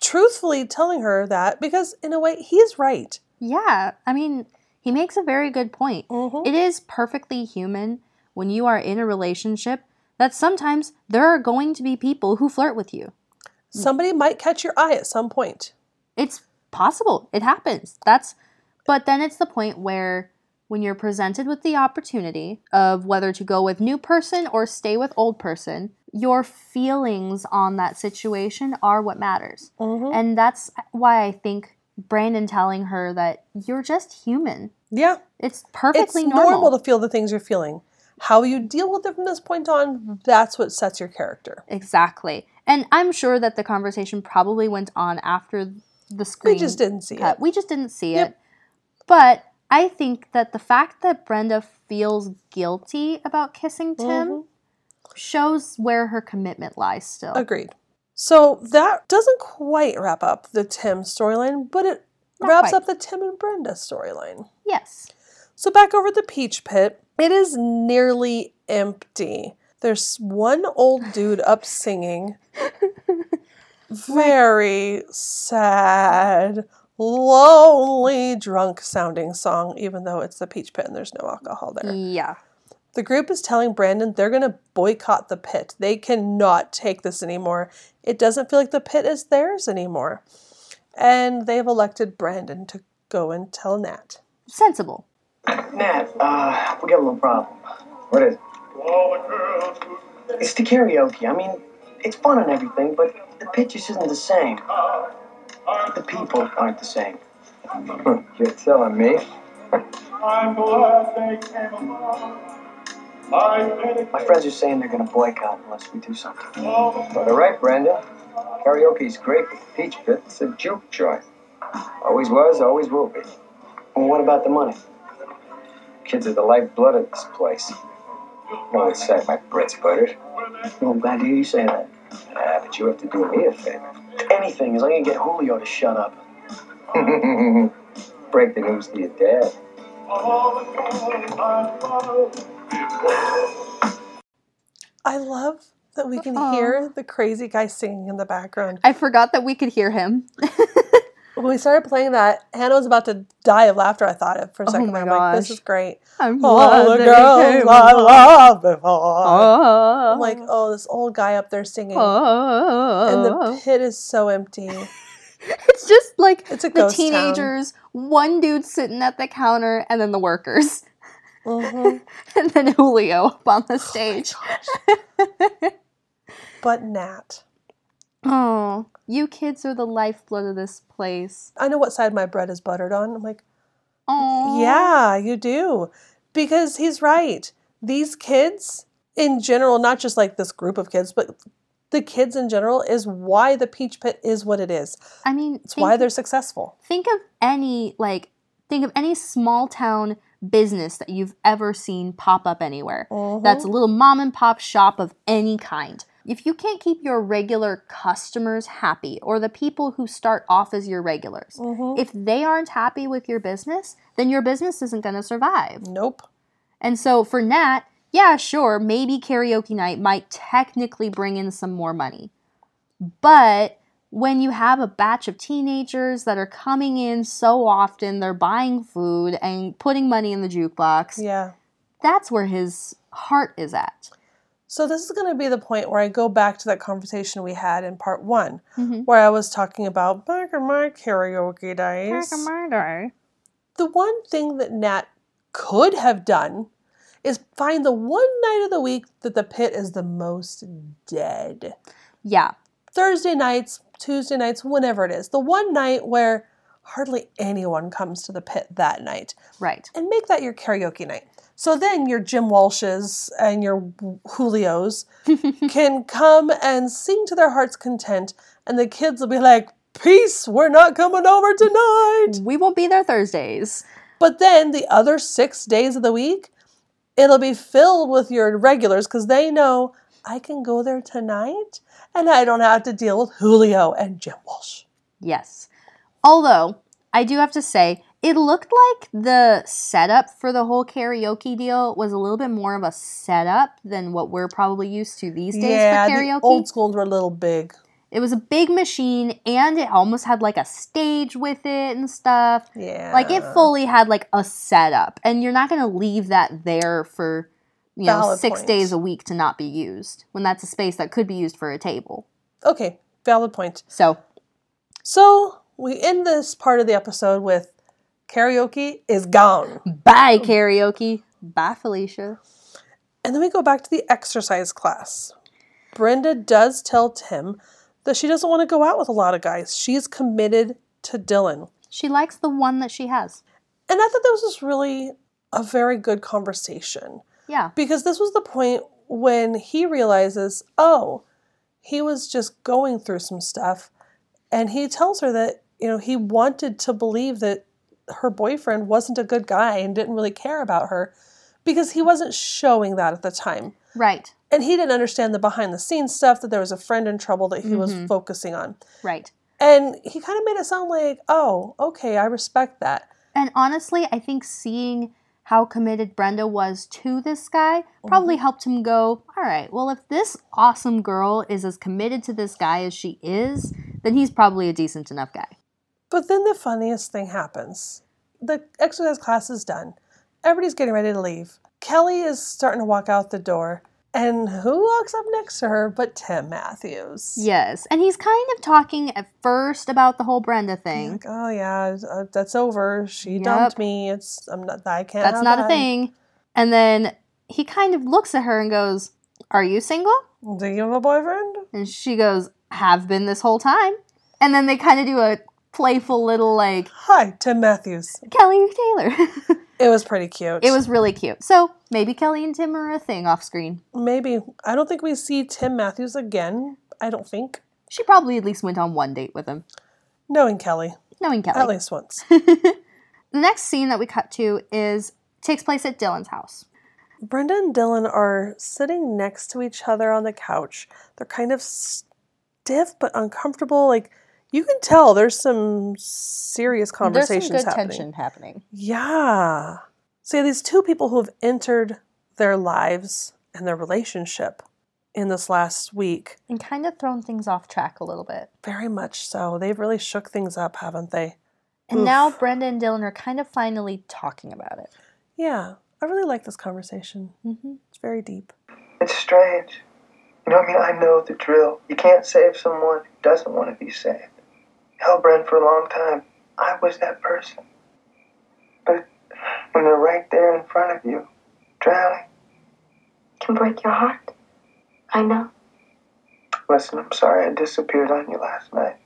truthfully telling her that because, in a way, he's right. Yeah. I mean, he makes a very good point. Mm-hmm. It is perfectly human when you are in a relationship that sometimes there are going to be people who flirt with you. Mm. Somebody might catch your eye at some point. It's possible. It happens. That's but then it's the point where when you're presented with the opportunity of whether to go with new person or stay with old person, your feelings on that situation are what matters. Mm-hmm. And that's why I think Brandon telling her that you're just human. Yeah. It's perfectly it's normal. to feel the things you're feeling. How you deal with it from this point on, that's what sets your character. Exactly. And I'm sure that the conversation probably went on after the We screen just didn't see cut. it. We just didn't see Yep. it. But I think that the fact that Brenda feels guilty about kissing Tim Mhm. shows where her commitment lies still. Agreed. So that doesn't quite wrap up the Tim storyline, but it Not wraps quite. up the Tim and Brenda storyline. Yes. So back over at the Peach Pit, it is nearly empty. There's one old dude up singing. Very sad, lonely, drunk sounding song, even though it's the Peach Pit and there's no alcohol there. Yeah. The group is telling Brandon they're going to boycott the pit. They cannot take this anymore. It doesn't feel like the pit is theirs anymore. And they've elected Brandon to go and tell Nat. Sensible. Nat, Uh, we got a little problem. what is it? It's the karaoke. I mean, it's fun and everything, but the pitch just isn't the same. The people aren't the same. You're telling me? I'm glad they came along. I dedicated My friends are saying they're gonna boycott unless we do something. But all right, Brenda. Karaoke's great with the Peach Pit. It's a juke joint. Always was, always will be. Well, what about the money? Kids are the lifeblood of this place. I always say my Brits put it. Well, I'm glad to hear you say that. Uh, Ah, but you have to do me a Anything as long as I can get Julio to shut up. favor. Break the news to your dad. all the girls I love. I love that we can Aw. hear the crazy guy singing in the background. I forgot that we could hear him. When we started playing that, Hannah was about to die of laughter. I thought it for a Oh second. my I'm like, this gosh. is great. Oh, I'm All the glad that he girls came I along. loved before. Oh. I'm like, oh, this old guy up there singing. Oh. And the pit is so empty. It's just like It's a the ghost town. teenagers, one dude sitting at the counter, and then the workers, Mm-hmm. Mhm. and then Julio up on Oh the stage. But Nat. Oh, you kids are the lifeblood of this place. I know what side my bread is buttered on. I'm like, Oh, yeah, you do. Because he's right. These kids in general, not just like this group of kids, but the kids in general is why the peach pit is what it is. I mean, It's think, why they're successful. think of any like think of any small town business that you've ever seen pop up anywhere. Uh-huh. That's a little mom and pop shop of any kind. If you can't keep your regular customers happy or the people who start off as your regulars, Mhm. if they aren't happy with your business, then your business isn't going to survive. Nope. And so for Nat, yeah, sure, maybe karaoke night might technically bring in some more money. But when you have a batch of teenagers that are coming in so often, they're buying food and putting money in the jukebox, Yeah. that's where his heart is at. So this is going to be the point where I go back to that conversation we had in part one, Mhm. where I was talking about back in my karaoke days. the one thing that Nat could have done is find the one night of the week that the pit is the most dead. Yeah, Thursday nights, Tuesday nights, whenever it is, the one night where hardly anyone comes to the pit that night, right. and make that your karaoke night. So then your Jim Walshes and your Julios can come and sing to their heart's content, and the kids will be like, Peace, we're not coming over tonight. We won't be there Thursdays. But then the other six days of the week, it'll be filled with your regulars because they know I can go there tonight and I don't have to deal with Julio and Jim Walsh. Yes. Although, I do have to say, it looked like the setup for the whole karaoke deal was a little bit more of a setup than what we're probably used to these days for the karaoke. old schools were a little big. it was a big machine and it almost had like a stage with it and stuff. Yeah, Like it fully had like a setup and you're not going to leave that there for you know Valid 6 point. days a week to not be used when that's a space that could be used for a table. Okay, valid point. So, So we end this part of the episode with karaoke is gone, bye Oh. karaoke. Bye Felicia. and then we go back to the exercise class. Brenda does tell Tim that she doesn't want to go out with a lot of guys. She's committed to Dylan. She likes the one that she has. And I thought that was just really a very good conversation. Yeah. because this was the point when he realizes, oh, he was just going through some stuff. And he tells her that, you know, he wanted to believe that her boyfriend wasn't a good guy and didn't really care about her because he wasn't showing that at the time. Right. And he didn't understand the behind the scenes stuff that there was a friend in trouble that he was Mhm. focusing on. Right. And he kind of made it sound like, oh, okay, I respect that. And honestly, I think seeing how committed Brenda was to this guy probably helped him go, all right, well, if this awesome girl is as committed to this guy as she is, then he's probably a decent enough guy. But then the funniest thing happens. The exercise class is done. Everybody's getting ready to leave. Kelly is starting to walk out the door, and who walks up next to her but Tim Matthews? Yes. And he's kind of talking at first about the whole Brenda He's thing. Like, oh yeah, uh, that's over. She Yep. dumped me. It's I'm not. I can't. That's have not a that." thing. And then he kind of looks at her and goes, Are you single? Do you have a boyfriend? And she goes, Have been this whole time. And then they kind of do a playful little like, Hi, Tim Matthews. Kelly Taylor. It was pretty cute. It was really cute. So maybe Kelly and Tim are a thing off screen. maybe. I don't think we see Tim Matthews again. I don't think. She probably at least went on one date with him, Knowing Kelly, knowing at Kelly. least once. the next scene that we cut to is takes place at Dylan's house. Brenda and Dylan are sitting next to each other on the couch. They're kind of stiff but uncomfortable. Like you can tell there's some serious conversations There's some good happening. tension happening. Yeah. So you have these two people who have entered their lives and their relationship in this last week. And kind of thrown things off track a little bit. Very much so. They've really shook things up, haven't they? And Oof. now Brenda and Dylan are kind of finally talking about it. Yeah. I really like this conversation. Mm-hmm. It's very deep. It's strange. You know, I mean, I know the drill. You can't save someone who doesn't want to be saved. Hell, Brent, for a long time, I was that person. But when they're right there in front of you, drowning, It can break your heart. I know. listen, I'm sorry I disappeared on you last night.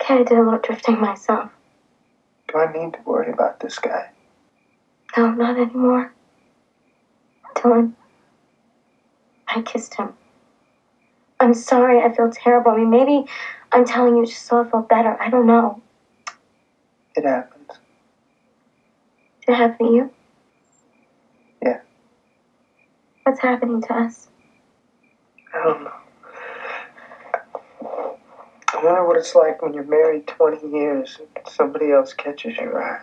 Okay, I did a little drifting myself. Do I need to worry about this guy? No, not anymore. Dylan, I kissed him. I'm sorry, I feel terrible. I mean, maybe I'm telling you just so I feel better. I don't know. It happens. Did it happen to you? Yeah. What's happening to us? I don't know. I wonder what it's like when you're married 20 years and somebody else catches your eye.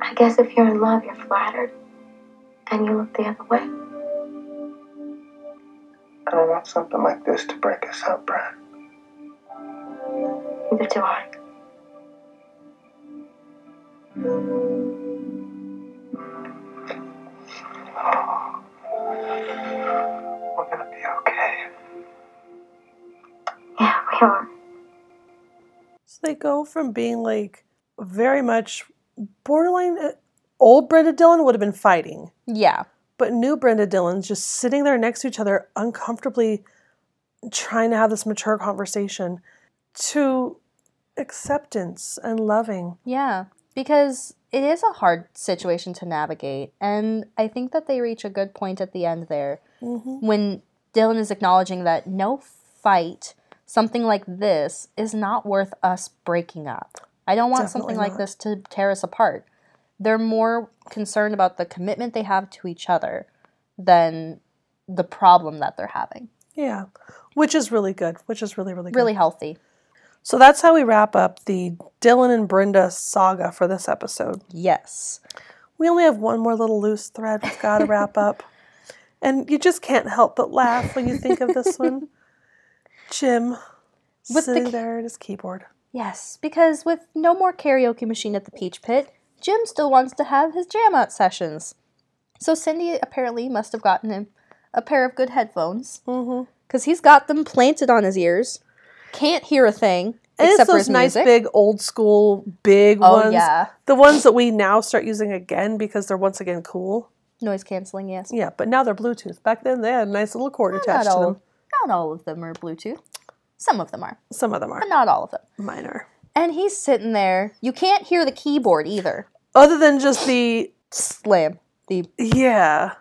I guess if you're in love, you're flattered. And you look the other way. I don't want something like this to break us up, Brent. Neither do I. We're gonna be okay. Yeah, we are. So they go from being like very much borderline. uh, Old Brenda Dillon would have been fighting, Yeah. but new Brenda Dillon's just sitting there next to each other, uncomfortably trying to have this mature conversation to acceptance and loving. Yeah. Because it is a hard situation to navigate. And I think that they reach a good point at the end there Mm-hmm. when Dylan is acknowledging that no fight, something like this, is not worth us breaking up. I don't want Definitely something like not. this to tear us apart. They're more concerned about the commitment they have to each other than the problem that they're having. Yeah, which is really good, which is really, really good. Really healthy. So that's how we wrap up the Dylan and Brenda saga for this episode. Yes. We only have one more little loose thread we've got to wrap up. And you just can't help but laugh when you think of this one. Jim With the sitting ca- there at his keyboard. Yes, because with no more karaoke machine at the Peach Pit, Jim still wants to have his jam out sessions. So Cindy apparently must have gotten him a pair of good headphones. Mm-hmm. because he's got them planted on his ears. Can't hear a thing And it's except for those his nice music. big old school big oh ones. yeah, The ones that we now start using again because they're once again cool. noise canceling. Yes, Yeah, but now they're Bluetooth. Back then they had a nice little cord not attached to all. them. Not all of them are Bluetooth. Some of them are, Some of them are but not all of them. minor. And he's sitting there. You can't hear the keyboard either. Other than just the Slam. The yeah.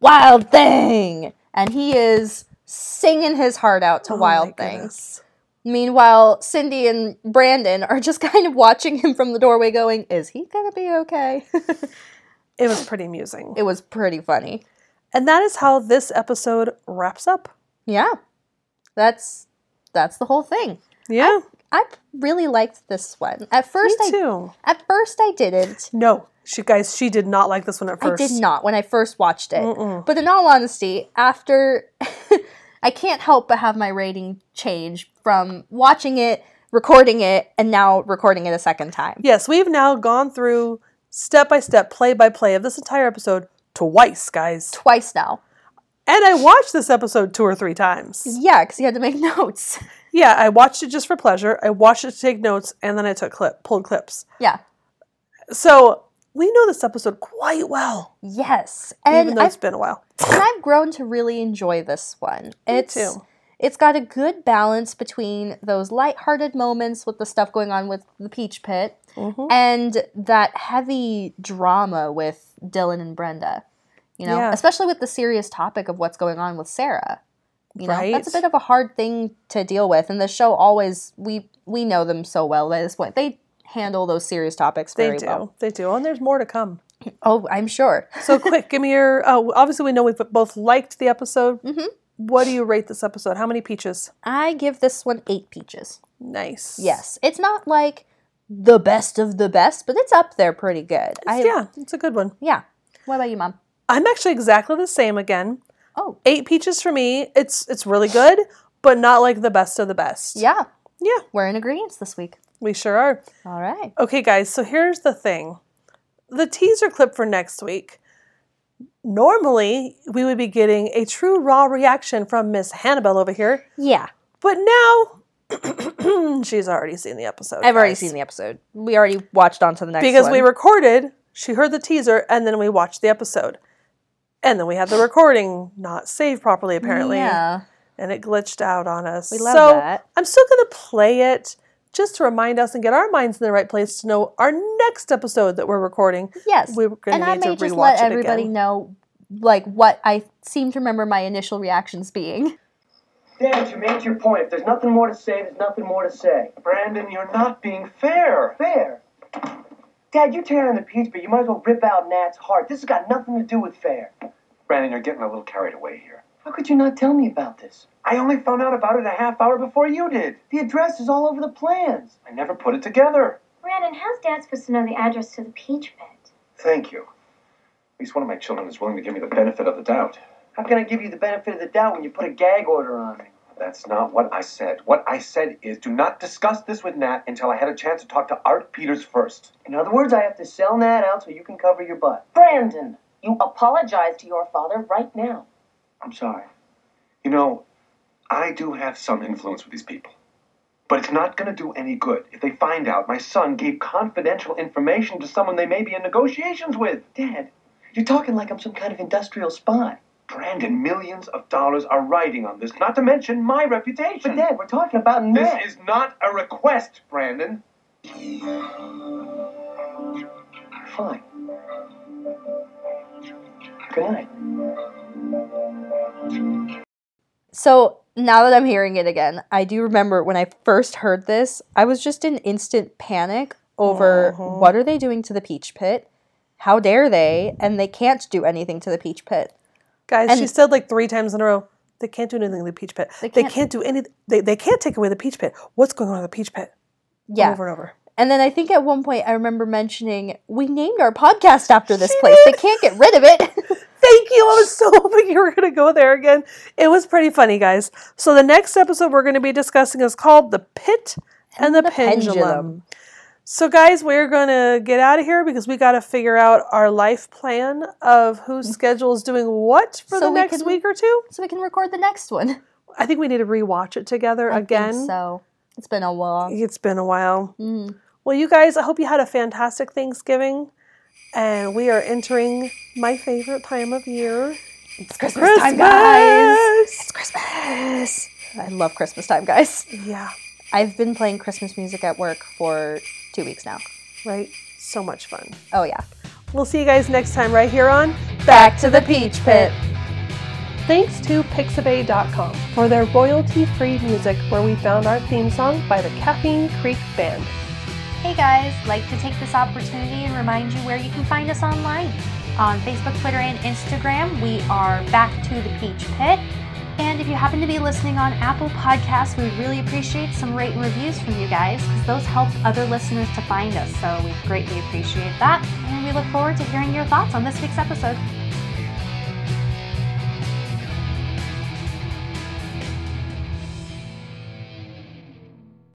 Wild Thing! And he is singing his heart out to Oh my Wild Thing. goodness. Meanwhile, Cindy and Brandon are just kind of watching him from the doorway going, Is he going to be okay? It was pretty amusing. it was pretty funny. And that is how this episode wraps up. Yeah. That's that's the whole thing. Yeah, I really liked this one. At first me I too. at first I didn't. No, she guys, she did not like this one at I first. did not when I first watched it. Mm-mm. But in all honesty, after I can't help but have my rating change from watching it, recording it, and now recording it a second time. Yes, we've now gone through step by step, play by play of this entire episode twice, guys. Twice now. And I watched this episode two or three times. Yeah, because you had to make notes. Yeah, I watched it just for pleasure. I watched it to take notes, and then I took clip, pulled clips. Yeah. So we know this episode quite well, Yes. And even though I've, it's been a while. and I've grown to really enjoy this one. It's too. it's got a good balance between those lighthearted moments with the stuff going on with the Peach Pit Mhm. and that heavy drama with Dylan and Brenda. You know, Yeah. especially with the serious topic of what's going on with Sarah. You know, that's a Right. bit of a hard thing to deal with, and the show always we we know them so well by this point. They handle those serious topics They very do. well. They do. And there's more to come. Oh, I'm sure. So quick, give me your. Oh, obviously, we know we've both liked the episode. Mhm. What do you rate this episode? How many peaches? I give this one eight peaches. Nice. Yes, it's not like the best of the best, but it's up there pretty good. It's- yeah, it's a good one. yeah. What about you, mom? I'm actually exactly the same again. Oh, Eight peaches for me. It's it's really good, but not like the best of the best. yeah, Yeah, we're in agreement this week. we sure are. All right. Okay, guys, so here's the thing. The teaser clip for next week. Normally, we would be getting a true raw reaction from Miss Hannibal over here, Yeah, but now she's already seen the episode. I've already guys. seen the episode. We already watched on to the next because one. we recorded she heard the teaser and then we watched the episode and then we had the recording not saved properly apparently Yeah, and it glitched out on us we love so that. i'm still going to play it just to remind us and get our minds in the right place to know our next episode that we're recording Yes, we're going and to I need to may just rewatch let it everybody again know like what I seem to remember my initial reactions being. Dad, you made your point. If there's nothing more to say, there's nothing more to say. Brandon, you're not being fair. Fair. Dad, you're tearing on the peach, but you might as well rip out Nat's heart. This has got nothing to do with fair. Brandon, you're getting a little carried away here. How could you not tell me about this? I only found out about it a half hour before you did. The address is all over the plans. I never put it together. Brandon, how's Dad supposed to know the address to the peach pit? Thank you. At least one of my children is willing to give me the benefit of the doubt. How can I give you the benefit of the doubt when you put a gag order on me? That's not what I said. What I said is do not discuss this with Nat until I had a chance to talk to Art Peters first. In other words, I have to sell Nat out so you can cover your butt. Brandon, you apologize to your father right now. I'm sorry. You know, I do have some influence with these people. But it's not going to do any good if they find out my son gave confidential information to someone they may be in negotiations with. Dad, you're talking like I'm some kind of industrial spy. Brandon, millions of dollars are riding on this, not to mention my But reputation. Dad, we're talking about this Nat. is not a request, Brandon. Fine. Good night. So now that I'm hearing it again, I do remember when I first heard this, I was just in instant panic over Mhm. what are they doing to the peach pit? How dare they? And they can't do anything to the peach pit. guys she and- said like three times in a row they can't do anything to the peach pit They they can't- can't, do any they, they can't take away the peach pit what's going on in the peach pit Yeah. over and over And then I think at one point I remember mentioning we named our podcast after this place. They can't get rid of it. Thank you. I was so hoping you were going to go there again. It was pretty funny, guys. So the next episode we're going to be discussing is called "The Pit and, the, pendulum. So, guys, we're going to get out of here because we got to figure out our life plan of whose schedule is doing what for Mm-hmm. So the we next can- week or two. So we can record the next one. I think we need to rewatch it together I think again. so it's been a while. It's been a while. Mm. Well, you guys, I hope you had a fantastic Thanksgiving. And we are entering my favorite time of year It's Christmas, time, guys. It's Christmas. I love Christmas time, guys. Yeah. I've been playing Christmas music at work for two weeks now. Right. So much fun. Oh, yeah. We'll see you guys next time right here on Back to the Peach Pit. Thanks to Pixabay.com for their royalty free music, where we found our theme song by the Caffeine Creek Band. Hey guys, like to take this opportunity and remind you where you can find us online. On Facebook, Twitter, and Instagram, we are Back to the Peach Pit. And if you happen to be listening on Apple Podcasts, we would really appreciate some rate and reviews from you guys because those help other listeners to find us. So we greatly appreciate that. And we look forward to hearing your thoughts on this week's episode.